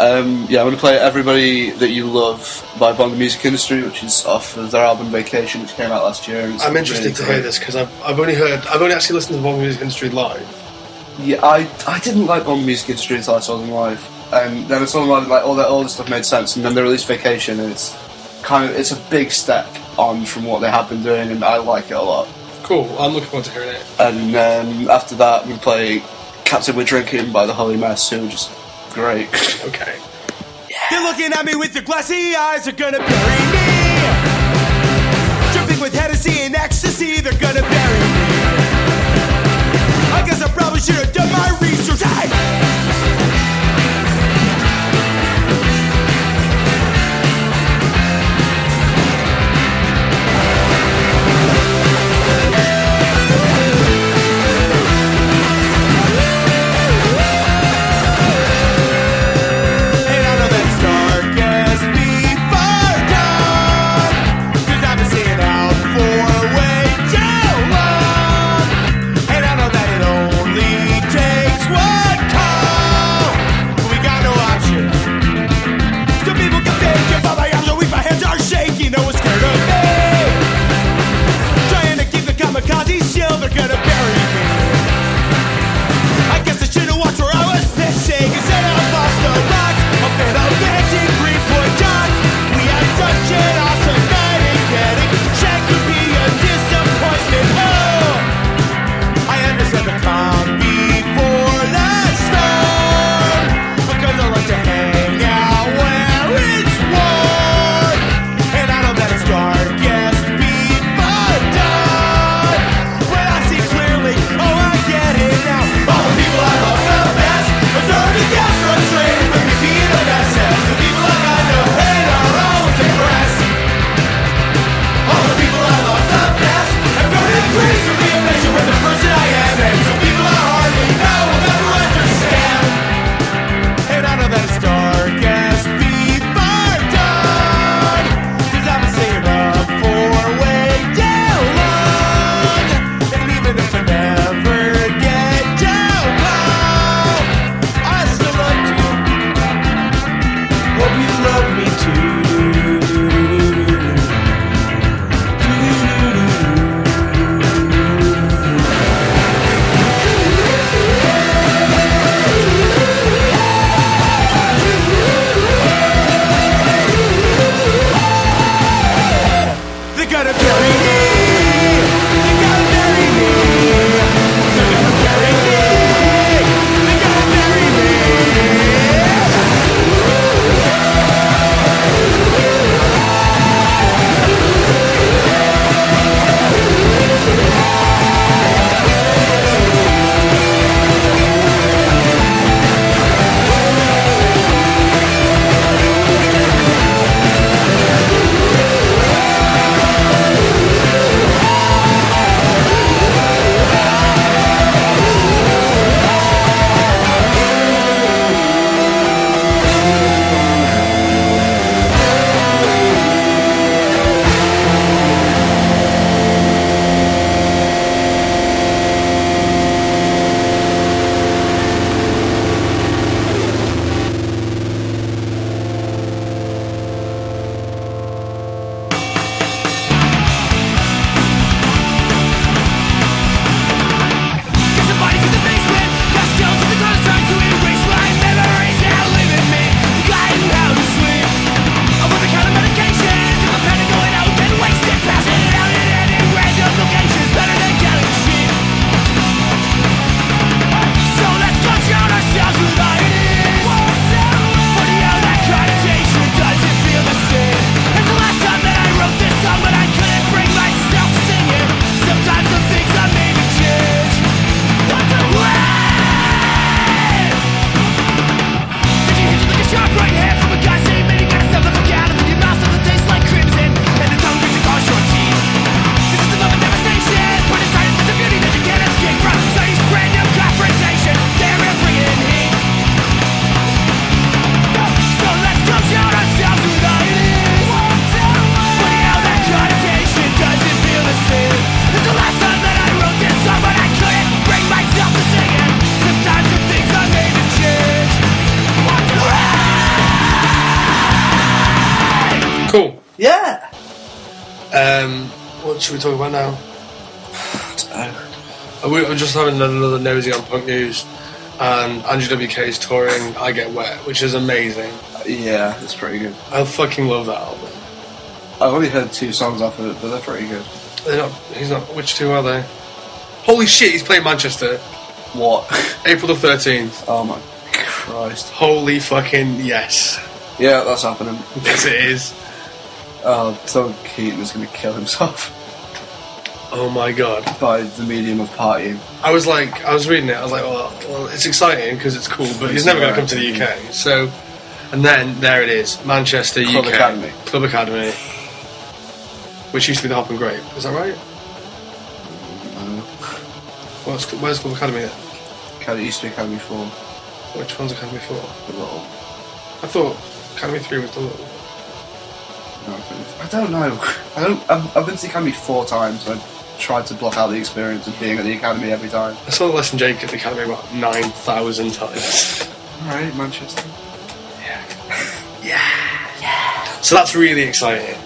S1: Um, yeah, I'm gonna play "Everybody That You Love" by Bond the Music Industry, which is off of their album "Vacation," which came out last year. and it's
S2: I'm interested
S1: really
S2: to
S1: great.
S2: hear this because I've, I've only heard I've only actually listened to the Bond Music Industry live.
S1: Yeah, I I didn't like Bond the Music Industry until I saw them live, and Um, then I saw them live, and, like all that all this stuff made sense, and then they released "Vacation," and it's kind of it's a big step on from what they have been doing, and I like it a lot.
S2: Cool. I'm looking forward to hearing it.
S1: And um, after that, we play "Captain We're Drinking" by the Holy Mess, who are just great.
S2: Okay.
S3: You're looking at me with your glassy eyes, they're gonna bury me. Dripping with Hennessy and ecstasy, they're gonna bury me. I guess I probably should have done my research. Hey! And I know that's dark as before dawn Cause I've been staying out for way too long And I know that it only takes Oh, oh,
S2: Cool.
S1: Yeah.
S2: Um, what should we talk about now? Uh, we- I'm just having another nosy on punk news, and Andrew WK is touring "I Get Wet," which is amazing.
S1: Yeah, it's pretty good.
S2: I fucking love that album.
S1: I've only heard two songs off of it, but they're pretty good.
S2: They're not. He's not. Which two are they? Holy shit! He's playing Manchester,
S1: What?
S2: April the thirteenth.
S1: oh my Christ.
S2: Holy fucking yes!
S1: Yeah, that's happening.
S2: Yes, it is.
S1: Oh, Tom Keaton is going to kill himself
S2: Oh my god!
S1: by the medium of partying.
S2: I was like, I was reading it. I was like, well, well it's exciting because it's cool, but he's never going to come to the UK. So, and then there it is, Manchester
S1: Club
S2: UK
S1: Academy.
S2: Club Academy, which used to be the Hop and Grape. Is that right? What's, where's Club Academy? At?
S1: Can it used to be Academy 4?
S2: Which one's Academy Four?
S1: The little.
S2: I thought Academy Three was the little. one.
S1: No, I couldn't- I don't know. I don't. I've, I've been to the Academy four times. and I tried to block out the experience of being at the Academy every time.
S2: I saw Lesson Jake at the Academy about nine thousand times.
S1: All right, Manchester.
S2: So that's really exciting.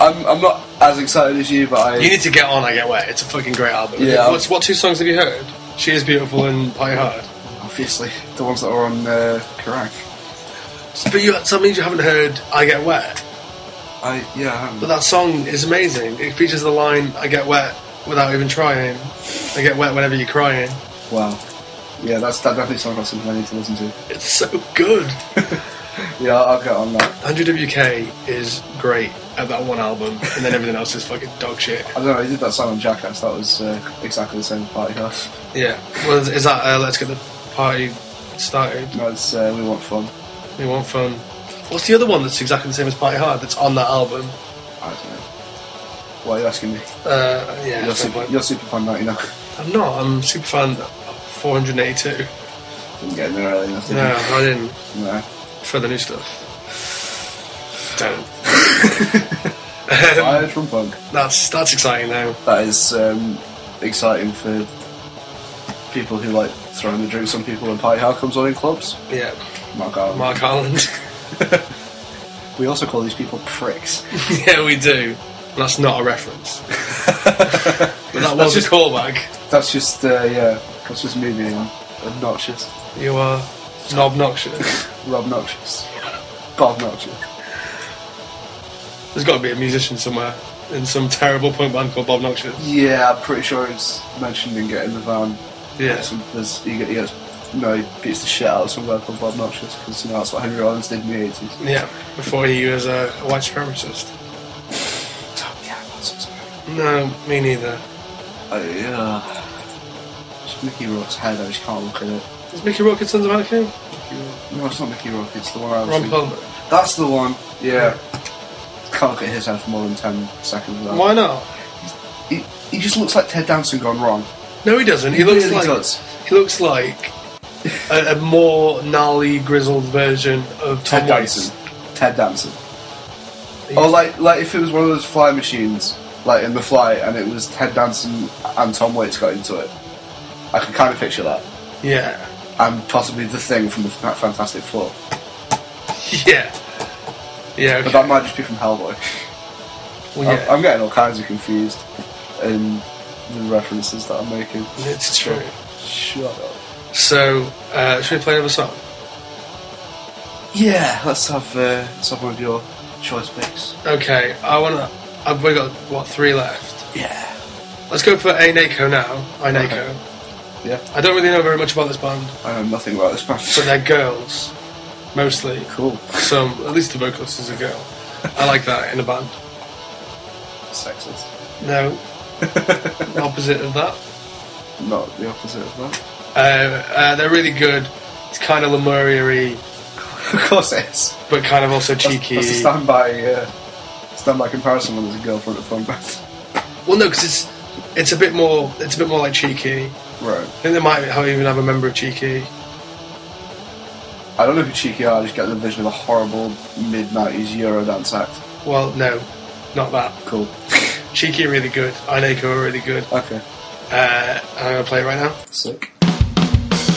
S1: I'm. I'm not as excited as you, but I.
S2: You need to get on I Get Wet. It's a fucking great album.
S1: Yeah.
S2: What's, what two songs have you heard? She is Beautiful and Party Hard.
S1: obviously the ones that are on uh, Karak.
S2: But you, that means you haven't heard I Get Wet.
S1: I yeah. I haven't.
S2: But that song is amazing. It features the line I get wet without even trying. I get wet whenever you're crying.
S1: wow. Yeah, that's that definitely sounds like something I need to listen to.
S2: It's so good.
S1: Yeah, I'll, I'll get on that.
S2: 100WK is great at that one album, and then everything else is fucking dog shit.
S1: I don't know. He did that song on Jackass. That was uh, exactly the same as party house.
S2: Yeah. Well, is- is that uh, Let's Get the Party Started?
S1: No, it's uh, we want fun.
S2: We want fun. What's the other one that's exactly the same as Party Hard that's on that album?
S1: I don't know. Why are you asking me?
S2: Uh, yeah.
S1: You're
S2: fair
S1: super,
S2: point.
S1: you're super fun, don't you know?
S2: I'm not. I'm super fan 482.
S1: Didn't get in there early enough. did
S2: No, I didn't.
S1: you? No.
S2: For the new stuff. Don't.
S1: Fired from punk.
S2: That's that's exciting though.
S1: That is um, exciting for people who like throwing the drinks on people when Party Hard comes on in clubs.
S2: Yeah,
S1: My God.
S2: Mark Harland.
S1: We also call these people pricks.
S2: yeah, we do. That's not a reference. but that was
S1: just-
S2: a callback.
S1: That's just, uh, yeah, that's just me being obnoxious.
S2: You are obnoxious.
S1: Rob Noxious. Bob Noxious.
S2: There's got to be a musician somewhere in some terrible punk band called Bob Noxious.
S1: Yeah, I'm pretty sure it's mentioned in Get in the Van.
S2: Yeah.
S1: Some- There's, he get- he gets, no, he beats the shit out of some guy called Bob Noxious because, you know, that's what Henry Rollins did in the 80s.
S2: Yeah, before he was a, a white supremacist.
S1: Yeah, that's what's going on.
S2: No, me neither.
S1: Oh, yeah. It's Mickey Rourke's head, I just can't look at it.
S2: Is Mickey Rourke in Sons of Anarchy?
S1: No, it's not Mickey Rourke, it's the one I was
S2: Ron
S1: thinking.
S2: Perlman.
S1: That's the one, yeah. Can't look at his head for more than 10 seconds without.
S2: Why not?
S1: He, he just looks like Ted Danson gone wrong.
S2: No, he doesn't. He,
S1: He
S2: looks
S1: really
S2: like
S1: does.
S2: he looks like a, a more gnarly, grizzled version of Tom
S1: Ted
S2: Waits.
S1: Danson. Ted Danson. Or Oh, like, like if it was one of those fly machines, like in The Fly, and it was Ted Danson and Tom Waits got into it. I can kind of picture that.
S2: Yeah,
S1: And possibly the thing from the Fa- Fantastic Four.
S2: yeah, yeah.
S1: But
S2: Okay.
S1: that might just be from Hellboy.
S2: Well,
S1: I'm-
S2: yeah.
S1: I'm getting all kinds of confused in the references that I'm making.
S2: it's true.
S1: Shut up.
S2: So, uh, should we play another song?
S1: Yeah, let's have uh, let's have one of your choice picks.
S2: Okay, I wanna. I've we got what three left?
S1: Yeah.
S2: Let's go for A Naco now. I Naco.
S1: Okay. Yeah.
S2: I don't really know very much about this band,
S1: I know nothing about this
S2: but
S1: band.
S2: they're girls mostly.
S1: cool.
S2: Some, at least the vocalist is a girl. I like that in a band.
S1: Sexist.
S2: No, opposite of that.
S1: Not the opposite of that.
S2: Uh, uh, they're really good. It's kind of Lemuria
S1: of course it is.
S2: but kind of also cheeky.
S1: That's a standby uh, standby comparison when there's a girlfriend at fun band.
S2: well, no, because it's it's a bit more it's a bit more like cheeky.
S1: Right.
S2: I think they might have even have a member of cheeky.
S1: I don't know who Cheeky are, I just get the vision of a horrible mid nineties Eurodance act.
S2: Well, no, not that.
S1: Cool.
S2: Cheeky are really good. Ineko are really good.
S1: Okay.
S2: Uh, I'm gonna play it right now.
S1: Sick.
S3: Thank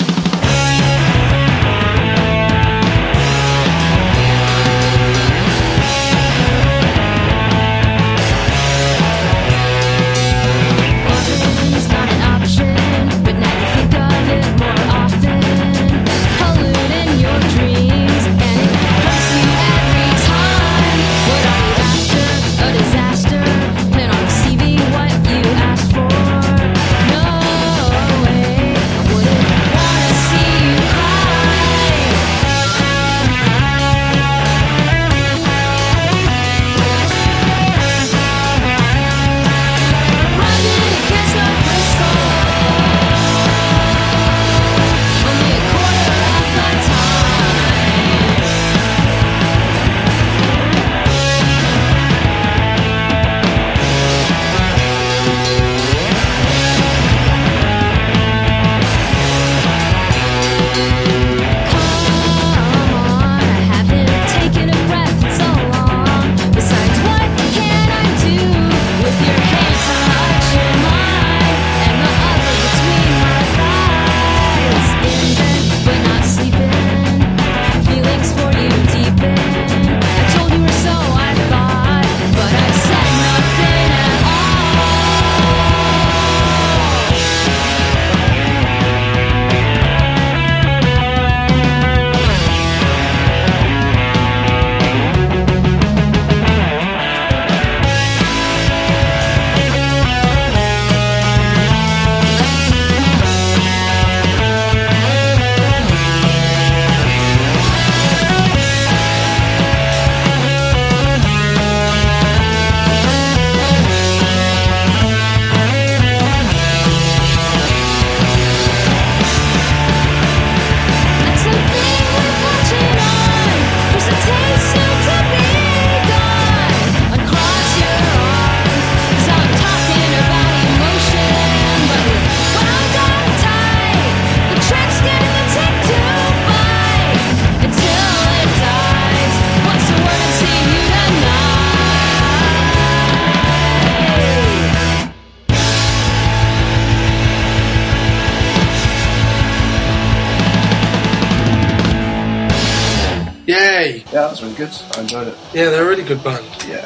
S2: Yay!
S1: Yeah, that was really good. I enjoyed it.
S2: Yeah, they're a really good band.
S1: Yeah.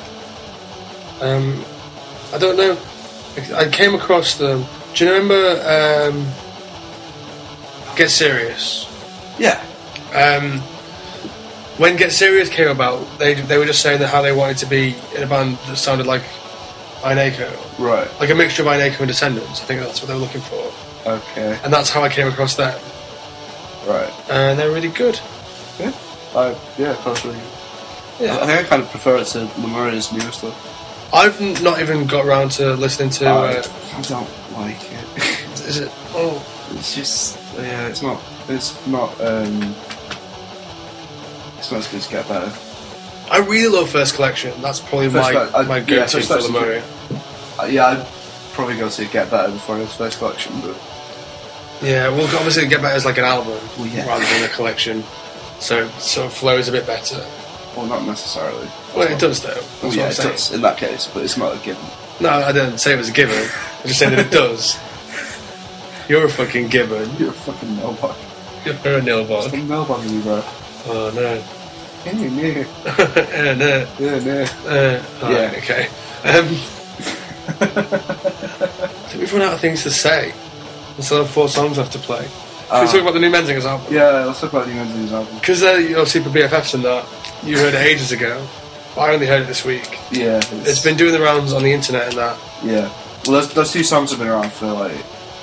S2: Um, I don't know. I- I came across them. Do you remember um, Get Serious?
S1: Yeah.
S2: Um, when Get Serious came about, they they were just saying that how they wanted to be in a band that sounded like Ineko,
S1: Right.
S2: like a mixture of Ineko and Descendants. I think that's what they were looking for,
S1: Okay.
S2: and that's how I came across them.
S1: Right.
S2: And they're really good.
S1: Yeah. I yeah, that was really good. I
S2: Yeah,
S1: think I kind of prefer it to Lemuria's newer stuff.
S2: I've n- not even got around to listening to. Uh,
S1: I don't like it.
S2: is it? Oh,
S1: it's just yeah, it's not it's not um it's not as good as Get Better.
S2: I really love First Collection. That's probably
S1: First
S2: my
S1: Coll- I-
S2: my
S1: yeah,
S2: go-to
S1: First
S2: for
S1: Collection's
S2: Lemuria.
S1: Uh, yeah, I'd probably go to Get Better before his first collection, but
S2: Yeah, well, obviously, Get Better is like an album
S1: Well, Oh, yeah.
S2: rather than a collection, so it sort of flows a bit better.
S1: well not necessarily.
S2: Well, it does though. That's
S1: Well,
S2: what
S1: Oh, yeah,
S2: I'm
S1: it
S2: saying.
S1: does in that case, but it's not a given.
S2: No, I didn't say it was a gibbon. I just said that it does. You're a fucking gibbon.
S1: You're a fucking mailbag.
S2: You're a nilbog.
S1: Fucking mailbag you, bro.
S2: Oh no.
S1: Hey, yeah,
S2: Eh, no.
S1: yeah, yeah.
S2: Uh, all
S1: Yeah.
S2: right, Okay. Um, I think we've run out of things to say. We still have four songs left to play. Should we
S1: Ah.
S2: talk about the new Menzingers album?
S1: Yeah, let's talk about the Menzies album.
S2: Because they're your super BFFs and that. You heard it ages ago. I only heard it this week.
S1: Yeah,
S2: It's been doing the rounds on the internet and that.
S1: Yeah. Well, those, those two songs have been around for like.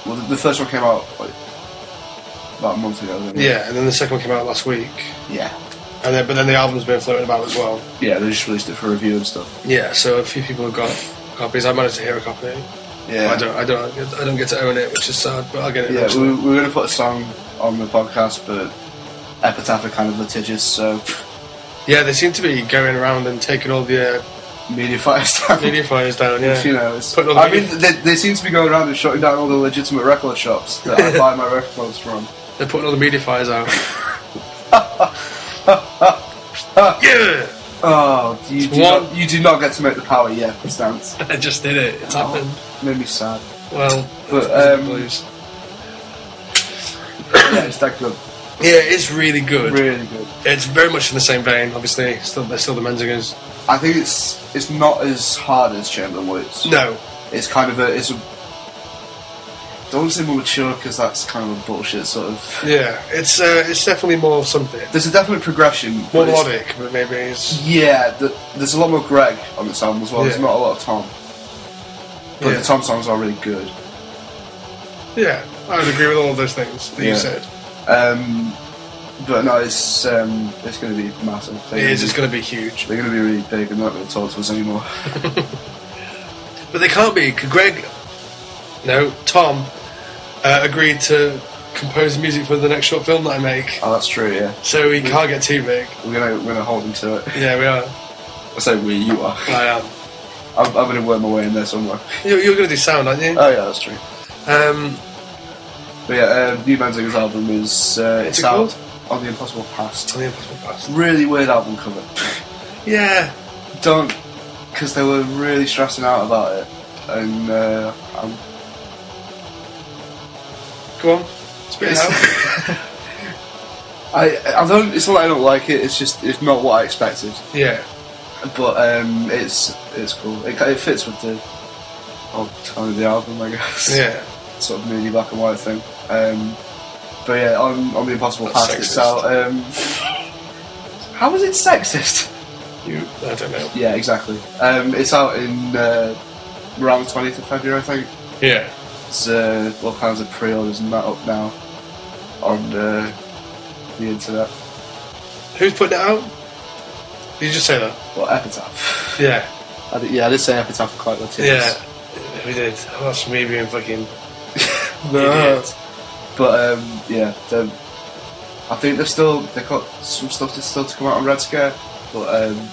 S1: Well, the, the first one came out like about a month ago. didn't it?
S2: Yeah, and then the second one came out last week.
S1: Yeah.
S2: And then, but then the album's been floating about as well.
S1: Yeah. They just released it for review and stuff.
S2: Yeah, so a few people have got copies. I managed to hear a copy.
S1: Yeah.
S2: I don't, I don't, I don't get to own it, which is sad. But I'll get it.
S1: Yeah.
S2: eventually.
S1: We, we were gonna put a song on the podcast, but Epitaph are kind of litigious, so
S2: yeah. They seem to be going around and taking all the uh,
S1: media fire stuff.
S2: media fires down.
S1: You
S2: Yeah,
S1: know, it's,
S2: Put it on
S1: I
S2: media-
S1: mean, they, they seem to be going around and shutting down all the legitimate record shops that I buy my records from.
S2: they're putting all the media fires out. yeah,
S1: Oh, you do,
S2: one-
S1: not, you do not get to make the power yet, stance.
S2: I just did it. It's happened.
S1: Oh, made me sad.
S2: Well,
S1: But,
S2: that's the
S1: um,
S2: blues.
S1: yeah, it's that good.
S2: yeah, it's really good.
S1: Really good.
S2: It's very much in the same vein. Obviously, still they're still the Menzingers.
S1: I think it's it's not as hard as Chamberlain Woods.
S2: No,
S1: It's kind of a it's a don't want to say more mature because that's kind of a bullshit sort of.
S2: yeah, it's uh, it's definitely more something,
S1: There's a definite progression.
S2: more
S1: but it's-
S2: melodic, but maybe it's
S1: Yeah, th there's a lot more Greg on this album as well. There's
S2: Yeah.
S1: not a lot of Tom, but
S2: yeah.
S1: the Tom songs are really good.
S2: Yeah, I would agree with all of those things that
S1: Yeah.
S2: you said.
S1: Um, but no, it's um, it's going to be massive. They're
S2: It
S1: gonna
S2: is,
S1: be-
S2: it's going to be huge.
S1: They're going to be really big and not going to talk to us anymore.
S2: But they can't be, 'cause Greg, no, Tom, uh, agreed to compose music for the next short film that I make,
S1: oh, that's true. Yeah,
S2: so he can't get too big.
S1: we're gonna we're gonna hold them to it.
S2: Yeah, we are.
S1: I say we, you are.
S2: I am.
S1: I'm, I'm gonna work my way in there somewhere.
S2: You're, you're going to do sound, aren't you?
S1: Oh yeah, that's true.
S2: Um,
S1: But yeah, uh, New Benzinger's album is uh,
S2: What's
S1: it's
S2: it
S1: out
S2: called?
S1: on the Impossible Past.
S2: Tell the Impossible Past.
S1: Really weird album cover.
S2: Yeah,
S1: Don't, because they were really stressing out about it, and uh, I'm,
S2: go on. Spit it out.
S1: I I don't. It's not that I don't like it. It's just it's not what I expected.
S2: yeah,
S1: But um, it's it's cool. It, it fits with the old tone of the album, I guess.
S2: yeah.
S1: Sort of moody black and white thing. Um, but yeah, on on the Impossible
S2: That's
S1: Past, it's out.
S2: sexist.
S1: Um, how is it sexist?
S2: You, I don't know.
S1: Yeah, exactly. Um, it's out in uh, around the 20th of February, I think.
S2: Yeah,
S1: There's uh, all kinds of pre-orders and that up now on uh, the internet.
S2: who's putting it out? You just say that.
S1: Well, Epitaph.
S2: Yeah,
S1: I did, yeah, I did say Epitaph quite well.
S2: yeah. We did. That's me being fucking idiot.
S1: But um, yeah, then I think they've still they have got some stuff that's still to come out on Red Scare, but um,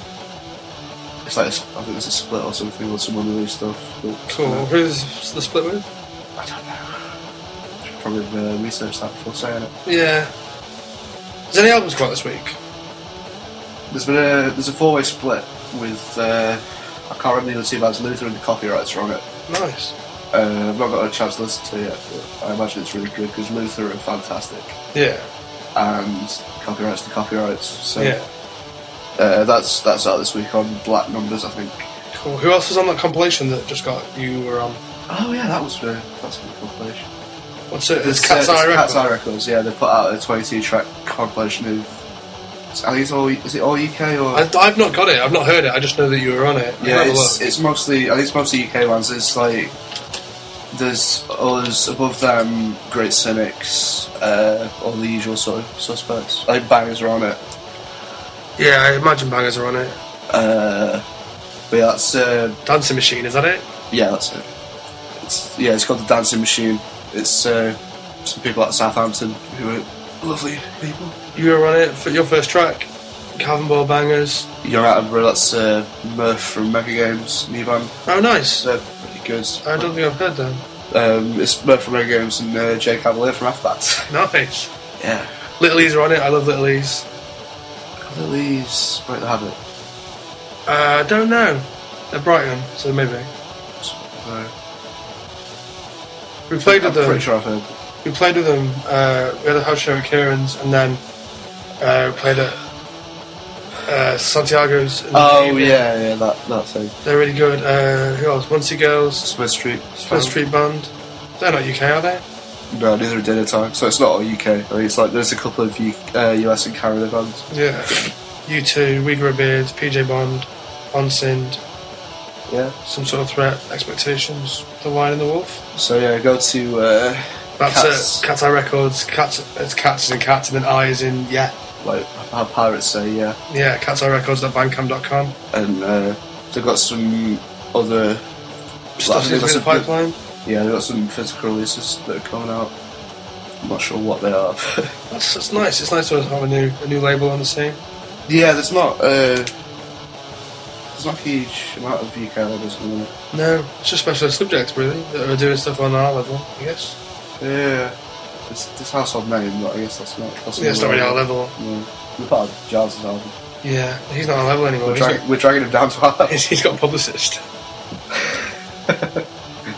S1: it's like a sp- I think there's a split or something or some other stuff. But,
S2: Cool.
S1: uh,
S2: Who's the split with?
S1: I don't know. Should probably uh, research that before saying it.
S2: Yeah. Is any albums come out this week?
S1: There's been a there's a four way split with uh, I can't remember the other two bands. Luther and the copyrights are on it.
S2: Nice.
S1: Uh, I've not got a chance to listen to it yet, but I imagine it's really good because Luther are fantastic.
S2: Yeah.
S1: and copyrights to copyrights. So
S2: Yeah.
S1: uh, that's that's out this week on Black Numbers, I think.
S2: Cool. Who else was on that compilation that just got you um, were on?
S1: Oh yeah, that was uh, that's a good compilation.
S2: What's it? It's
S1: uh,
S2: Cat's Eye Records.
S1: Cat's Eye Records. Yeah, they put out a 22 track compilation of. I think it's all is it all UK or
S2: I, I've not got it. I've not heard it. I just know that you were on it. I'll
S1: Yeah,
S2: have a
S1: it's,
S2: look.
S1: it's mostly I think it's mostly UK ones. It's like there's us above them, Great Cynics, uh, all the usual sort of suspects. Like bangers are on it.
S2: yeah. I imagine bangers are on it.
S1: Uh, but yeah, that's uh,
S2: Dancing Machine. Is that it?
S1: yeah, that's it. It's yeah, it's called the Dancing Machine. It's uh, some people at Southampton who are lovely people.
S2: You were on it for your first track. Calvin Ball Bangers.
S1: Young Attenborough, that's uh, Murph from Mega Games, new band.
S2: Oh, nice.
S1: They're pretty good.
S2: I don't think I've heard them.
S1: Um, it's Murph from Mega Games and uh, Jay Cavalier from Afbat.
S2: Nice.
S1: yeah.
S2: Little E's are on it. I love Little E's.
S1: The leaves might have it.
S2: Uh, I don't know. They're Brighton, so maybe.
S1: No.
S2: We played
S1: I'm
S2: with them.
S1: pretty sure I've heard.
S2: We played with them. Uh, we had a house show at Kieran's, and then uh, we played at uh, Santiago's. in the
S1: Oh
S2: evening.
S1: yeah, yeah, that that thing.
S2: they're really good. Uh, who else? Muncie Girls,
S1: Smith Street.
S2: Spur Street Band. They're not UK, are they?
S1: No, neither are dinner time. So it's not all UK. I mean, it's like there's a couple of U- uh, US and Canada bands.
S2: Yeah. You two, We Grow Beards, PJ Bond, Onsind,
S1: Yeah.
S2: Some Sort of Threat, Expectations, The Lion and the Wolf.
S1: So yeah, go to uh,
S2: That's
S1: Cats.
S2: it. Cat's Eye Records. Cats. It's cats and cats, and then I is in yeah.
S1: like how pirates say yeah,
S2: Yeah, Cat's Eye Records. Bandcamp.com.
S1: and uh, they've got some other.
S2: Stuff in
S1: that's
S2: the
S1: a-
S2: pipeline.
S1: Yeah, they've got some physical releases that are coming out. I'm not sure what they are.
S2: That's, that's nice. It's nice to have a new a new label on the scene.
S1: yeah, there's not. Uh, there's not a huge amount of UK labels at the minute.
S2: No, it's just specialist subjects really that are doing stuff on our level. I guess.
S1: Yeah. It's this household name, but I guess that's not. That's
S2: Yeah, it's not really our level.
S1: No. We're part of Giles' album.
S2: Yeah, he's not on our level anymore.
S1: We're,
S2: He's
S1: drag- we're dragging him down to our
S2: got, he's got a publicist.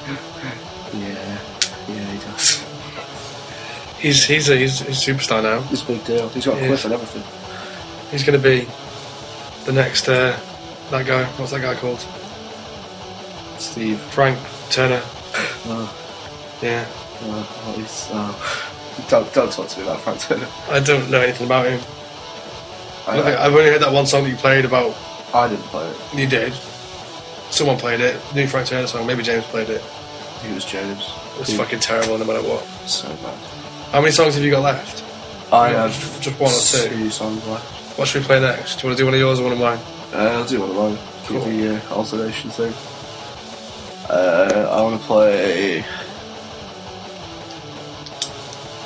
S1: Yeah. Yeah, he does.
S2: He's he's a, he's, he's a superstar now.
S1: It's a big deal. He's got a
S2: Yeah.
S1: cliff and everything.
S2: He's going to be the next uh, that guy. What's that guy called?
S1: Steve.
S2: Frank Turner. Ah.
S1: Oh,
S2: Yeah,
S1: oh, oh, he's, oh. Don't, don't talk to me about Frank Turner.
S2: I don't know anything about him. I,
S1: I,
S2: I've only heard that one song that you played about.
S1: I, I didn't play it.
S2: You did. Someone played it. New Frank Turner song. Maybe James played it.
S1: He was James.
S2: It was
S1: He-
S2: fucking terrible, no matter what.
S1: so bad.
S2: How many songs have you got left?
S1: I
S2: Yeah,
S1: have
S2: just- just one or two.
S1: songs left.
S2: What should we play next? Do you want to do one of yours or one of mine?
S1: Uh, I'll do one of mine.
S2: Cool.
S1: Keep the uh, alternation thing. Uh, I want to play a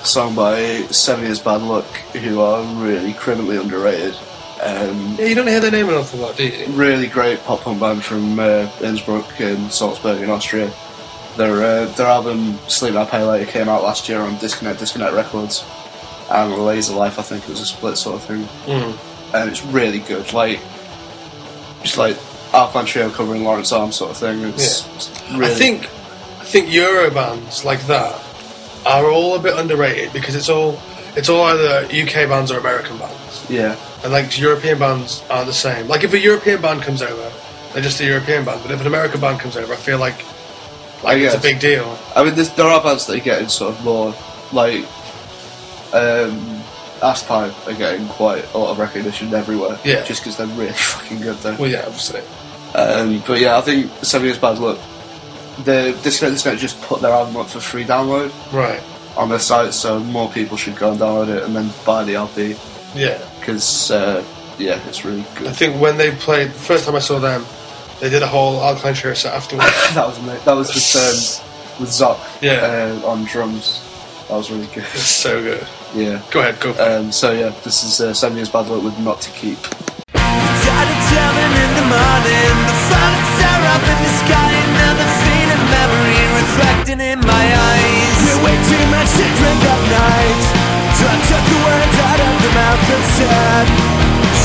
S1: song by Seven Years Bad Luck, who are really criminally underrated. Um,
S2: Yeah, you don't hear their name an awful lot, do you?
S1: really great pop punk band from uh, Innsbruck and Salzburg in Austria. Their uh, their album Sleep Now Pay Later came out last year on Disconnect Disconnect Records, and Laser Life I think it was a split sort of thing
S2: Mm.
S1: and it's really good. Like, it's like Alkaline Trio covering Lawrence Arm sort of thing. It's, it's really,
S2: I think I think Euro bands like that are all a bit underrated because it's all it's all either UK bands or American bands,
S1: yeah,
S2: and like European bands aren't the same. Like if a European band comes over, they're just a European band, but if an American band comes over, I feel like like
S1: I
S2: it's a
S1: guess.
S2: big deal.
S1: I mean, there's, there are bands that are getting sort of more like um, Ass Time are getting quite a lot of recognition everywhere.
S2: Yeah.
S1: just because they're really fucking good there.
S2: Well, yeah, obviously.
S1: Um, but yeah, I think Seven Years Bad Luck. The Disconnect Disconnect just put their album up for free download
S2: Right.
S1: on their site, so more people should go and download it and then buy the LP
S2: Yeah.
S1: because uh, yeah, it's really
S2: I
S1: good.
S2: think when they played the first time I saw them, they did a whole Alkaline Trio set afterwards.
S1: that was ama- that was with um, with Zoc
S2: Yeah.
S1: uh, on drums. That was really good.
S2: it's so good.
S1: yeah.
S2: Go ahead, go.
S1: Um, so yeah, this is uh, Seven Years Bad Luck with Not to Keep.
S3: Tired of in the morning, the sun is tear up in the sky. Another fading memory reflecting in my eyes. We way too much to drink at night. So I took the words out of the mouth and said,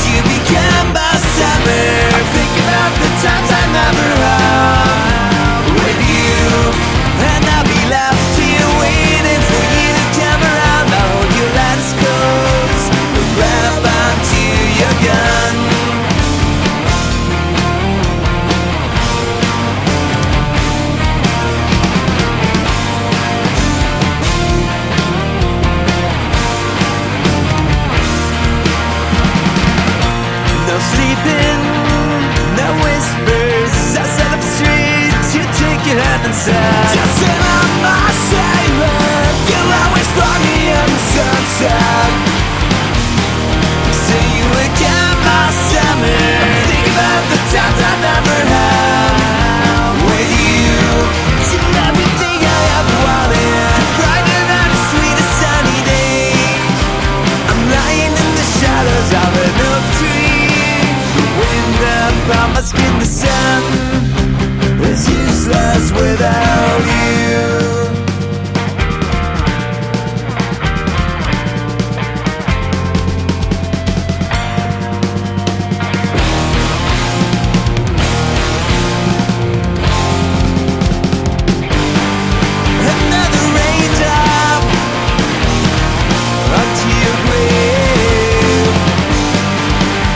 S3: "You became my summer." I think about the times I never had with you, and I'll be left here waiting for you to come around. I hold your let us go. sunset Dancing on my sailor You'll always find me in the sunset See you again by summer Think about the times I never had With you You're everything I ever wanted Brighter than the sweetest sunny day I'm lying in the shadows of an oak tree. The wind about my skin, the sun is useless without you. Another raindrop unto your grave.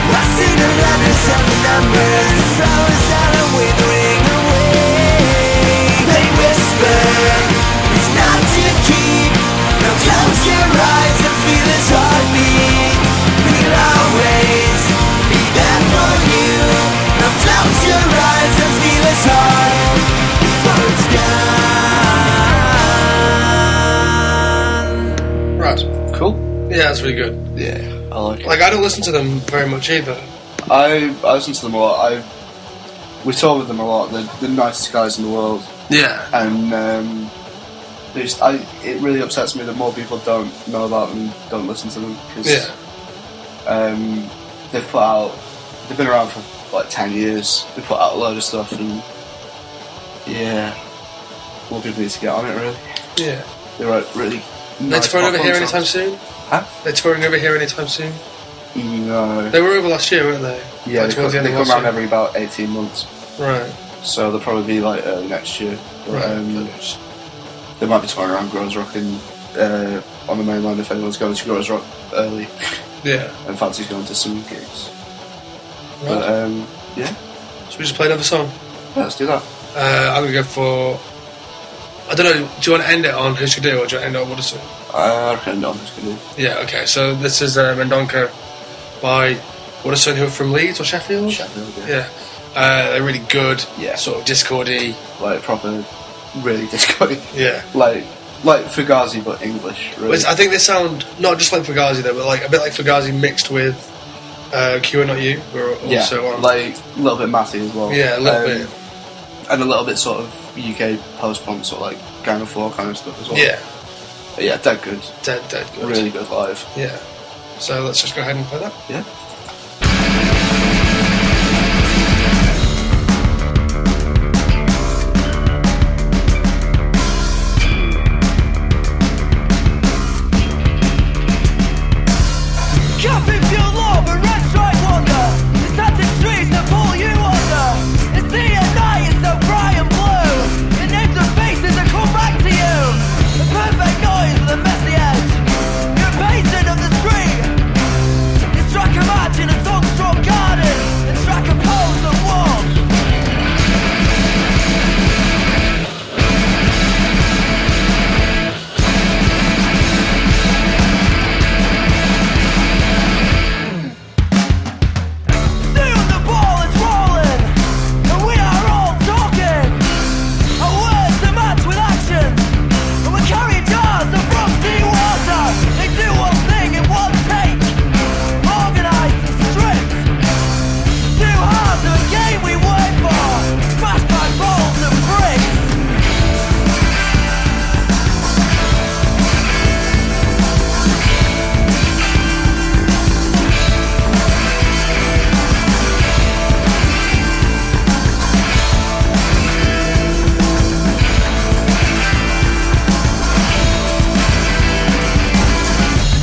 S3: I see the letters and the numbers, the flowers that are withering away. They whisper, it's not to keep. Now close your eyes and feel his heartbeat. We'll always be there for you. Now close your eyes and feel his heart before it's gone.
S2: Right.
S1: Cool.
S2: Yeah, that's really good.
S1: Yeah, I like it.
S2: Like, I don't listen to them very much either.
S1: I, I listen to them a lot. I we tour with them a lot. They're the nicest guys in the world,
S2: Yeah.
S1: and um, they just, I, it really upsets me that more people don't know about them, don't listen to them because
S2: Yeah.
S1: um, they've put out. They've been around for like ten years. They put out a load of stuff, and yeah, more people need to get on it. Really,
S2: Yeah.
S1: they wrote really.
S2: They
S1: Nice
S2: touring
S1: pop
S2: over here
S1: songs.
S2: anytime soon?
S1: Huh?
S2: They're touring over here anytime soon?
S1: No.
S2: They were over last year, weren't they?
S1: yeah,
S2: Like,
S1: they, come-
S2: towards the end
S1: they
S2: of
S1: come
S2: last
S1: around every about eighteen months.
S2: year. Right.
S1: So they'll probably be like early next year. But,
S2: Right.
S1: Um, they might be touring around Grows Rock in, uh, on the mainland if anyone's going to Grows Rock early
S2: Yeah.
S1: and fancies going to some gigs.
S2: Right.
S1: But um, yeah,
S2: Should we just play another song?
S1: yeah, let's do that.
S2: Uh, I'm gonna go for. I don't know. Do you want to end it on Who Should Do or do you want to end it on Woodison?
S1: I reckon no, I'm just going
S2: Yeah. Okay. So this is uh, Mendonca by Woodison, who are from Leeds or Sheffield.
S1: to Sheffield. Yeah.
S2: Yeah. Uh, they're really good.
S1: Yeah.
S2: Sort of discordy.
S1: Like proper, really disco.
S2: Yeah.
S1: like like Fugazi but English. Really.
S2: But I think they sound not just like Fugazi though, but like a bit like Fugazi mixed with uh, Q and Not You. We're
S1: yeah,
S2: also on.
S1: like a little bit mathy as well.
S2: yeah, a little
S1: Um,
S2: bit.
S1: and a little bit sort of UK post punk sort of like Gang of Four kind of stuff as well.
S2: Yeah.
S1: but yeah, dead good,
S2: Dead. Dead. Good.
S1: really good live.
S2: Yeah. So let's just go ahead and play that.
S1: Yeah.
S3: Coffee fuel over restaurant wonder. It's not the trees that pull you under. It's the night, it's the bright and blue. Your names and faces that call back to you. The perfect noise of the messy edge. You're a patient of the street. You strike a match in a song-strong garden and strike a pose of walls. Soon the ball is rolling, and we are all talking. Our words to match with actions, and we carry jars of frosty water. They do one thing in one take, organised and strict. Two halves of a game we wait for, smashed by balls and bricks.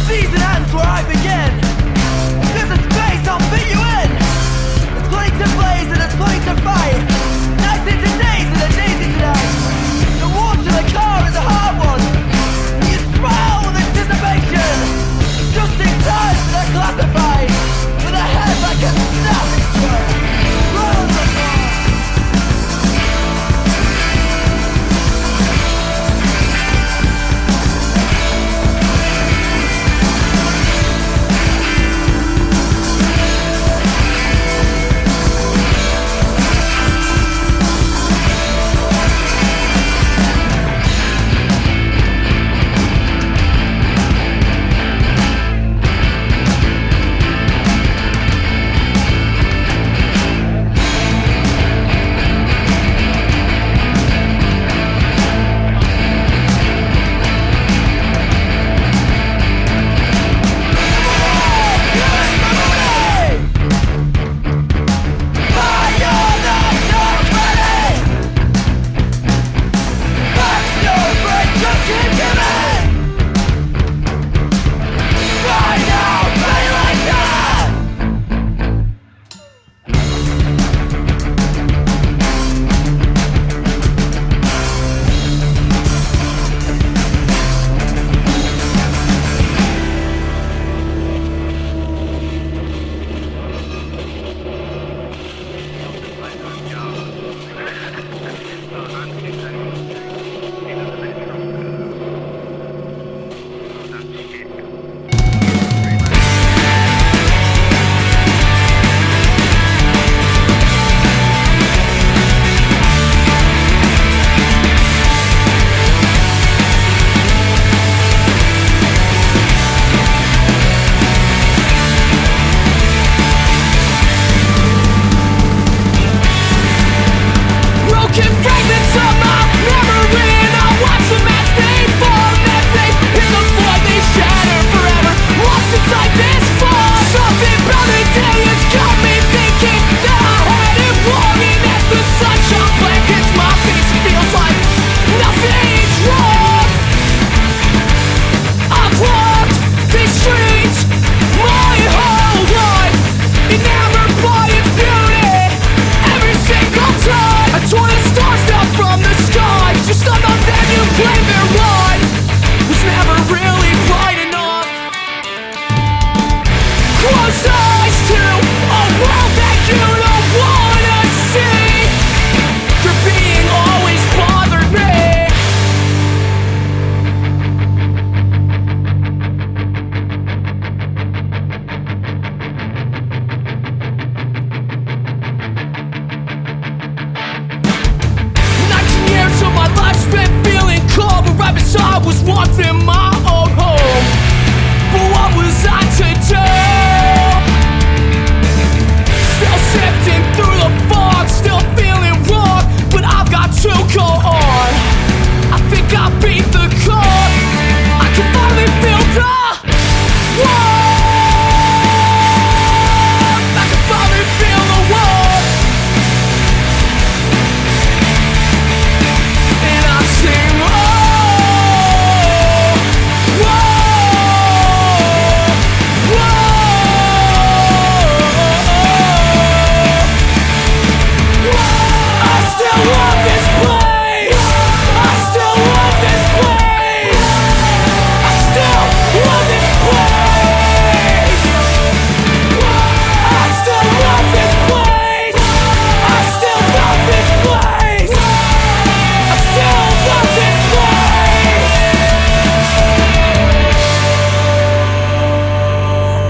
S3: These it ends where I begin. There's a space I'll fit you in. There's plenty to blaze and there's plenty to fight. Nights into days and a daisy today. The war to the car is a hard one. You smile with anticipation. Just in time for the classified. With a head like a savage. Roll the ball.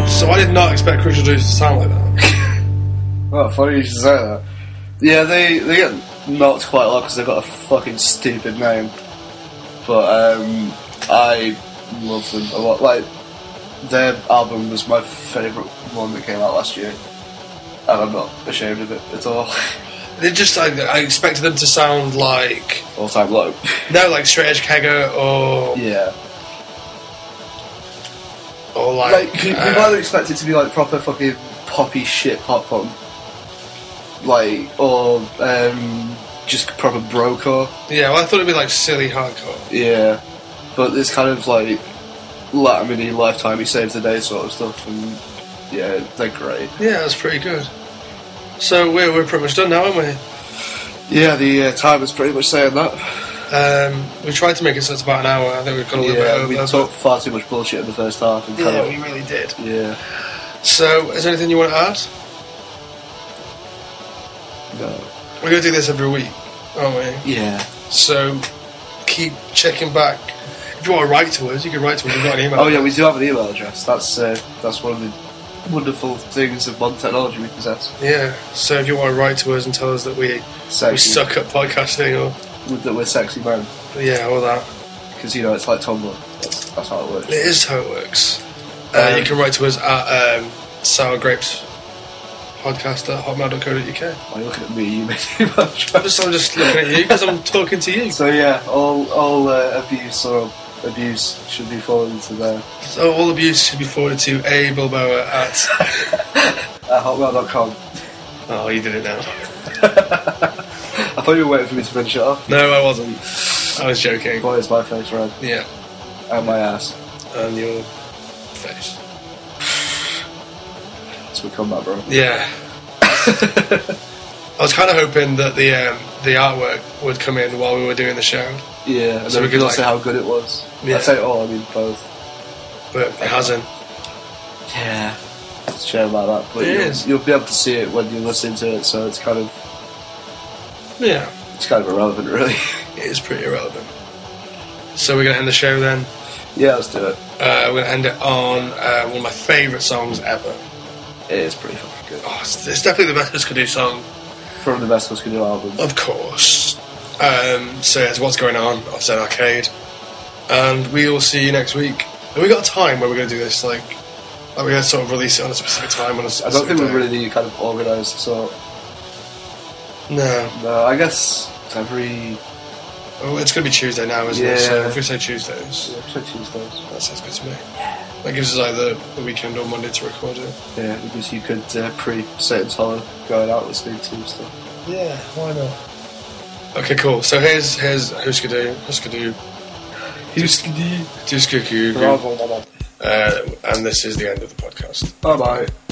S2: So I did not expect Crucial Dudes to sound like that.
S1: Oh, funny you should say that. Yeah, they they get knocked quite a lot because they've got a fucking stupid name. But um, I love them a lot. Like their album was my favourite one that came out last year, and I'm not ashamed of it at all.
S2: They just I, I expected them to sound like
S1: all time low.
S2: no, like Straight Edge Kegger or
S1: yeah,
S2: or like,
S1: like you, you
S2: uh,
S1: might have expected to be like proper fucking poppy shit pop punk, like or um, just proper brocore.
S2: yeah. Well, I thought it'd be like silly hardcore.
S1: Yeah, but it's kind of like Latimini lifetime, he saves the day sort of stuff, and yeah, they're great.
S2: Yeah, that's pretty good. So we're we're pretty much done now, aren't we?
S1: Yeah, the uh, time is pretty much saying that.
S2: Um, we tried to make it so it's about an hour. I think we've got a little
S1: Yeah, we
S2: bit over.
S1: talked far too much bullshit in the first half, and
S2: but-
S1: kind
S2: yeah,
S1: of
S2: we really did.
S1: yeah,
S2: So, is there anything you want to add?
S1: no,
S2: We're going to do this every week, aren't we?
S1: yeah.
S2: So, keep checking back. If you want to write to us, you can write to us. We've got an email.
S1: Oh yeah, we do have an email address. That's uh, that's one of the wonderful things of modern technology we possess.
S2: Yeah. So, if you want to write to us and tell us that we, we
S1: Sexy,
S2: suck at podcasting or,
S1: that we're sexy man,
S2: yeah, all that,
S1: because you know it's like Tumblr. That's, that's how it works.
S2: it is how it works. Uh,
S1: Um,
S2: you can write to us at um, sour grapes podcast at hotmail.co.uk.
S1: Why are you looking at me? You made me laugh.
S2: I'm just, I'm just looking at you because I'm talking to you.
S1: So yeah, all all uh, abuse or abuse should be falling into there
S2: So all abuse should be forwarded to A Bilboa at.
S1: at hotmail.com.
S2: Oh, you did it now.
S1: I thought you were waiting for me to finish it off.
S2: No, I wasn't. I was joking.
S1: Boy, is my face red
S2: Yeah,
S1: and my ass.
S2: and your face.
S1: So we come back, bro.
S2: Yeah. I was kind of hoping that the um, the artwork would come in while we were doing the show,
S1: Yeah, and then
S2: So we
S1: we
S2: could,
S1: can all say
S2: like-
S1: how good it was.
S2: Yeah.
S1: I say it all, I mean both.
S2: but it hasn't.
S1: Yeah. It's shame about that, but
S2: It
S1: you'll,
S2: is.
S1: you'll be able to see it when you listen to it, so it's kind of
S2: Yeah,
S1: it's kind of irrelevant, really.
S2: it is pretty irrelevant. So we're gonna end the show then.
S1: yeah, let's do it.
S2: Uh, we're gonna end it on uh, one of my favourite songs ever.
S1: It is pretty fucking good.
S2: Oh, it's, it's definitely the best Skidoo song,
S1: From the best Must Do album.
S2: of course. Um, so yeah, it's what's going on on Zen Arcade, and we will see you next week. Have we got a time where we're gonna do this? Like, are we gonna sort of release it on a specific time? On a
S1: I don't
S2: specific
S1: think we're
S2: day?
S1: really kind of organised, so
S2: No.
S1: no, I guess every
S2: Oh, it's going to be Tuesday now, isn't it?
S1: Yeah.
S2: So if we say Tuesdays,
S1: yeah, Tuesdays.
S2: that sounds good to me. That gives us either the weekend or Monday to record it.
S1: Yeah, because you could uh, pre Satan's Hollow going out listening to stuff.
S2: Yeah, why not? Okay, cool. So here's here's Huskadoo, Huskadoo, Huskadoo, Huskadoo,
S1: Bye
S2: uh, and this is the end of the podcast.
S1: bye.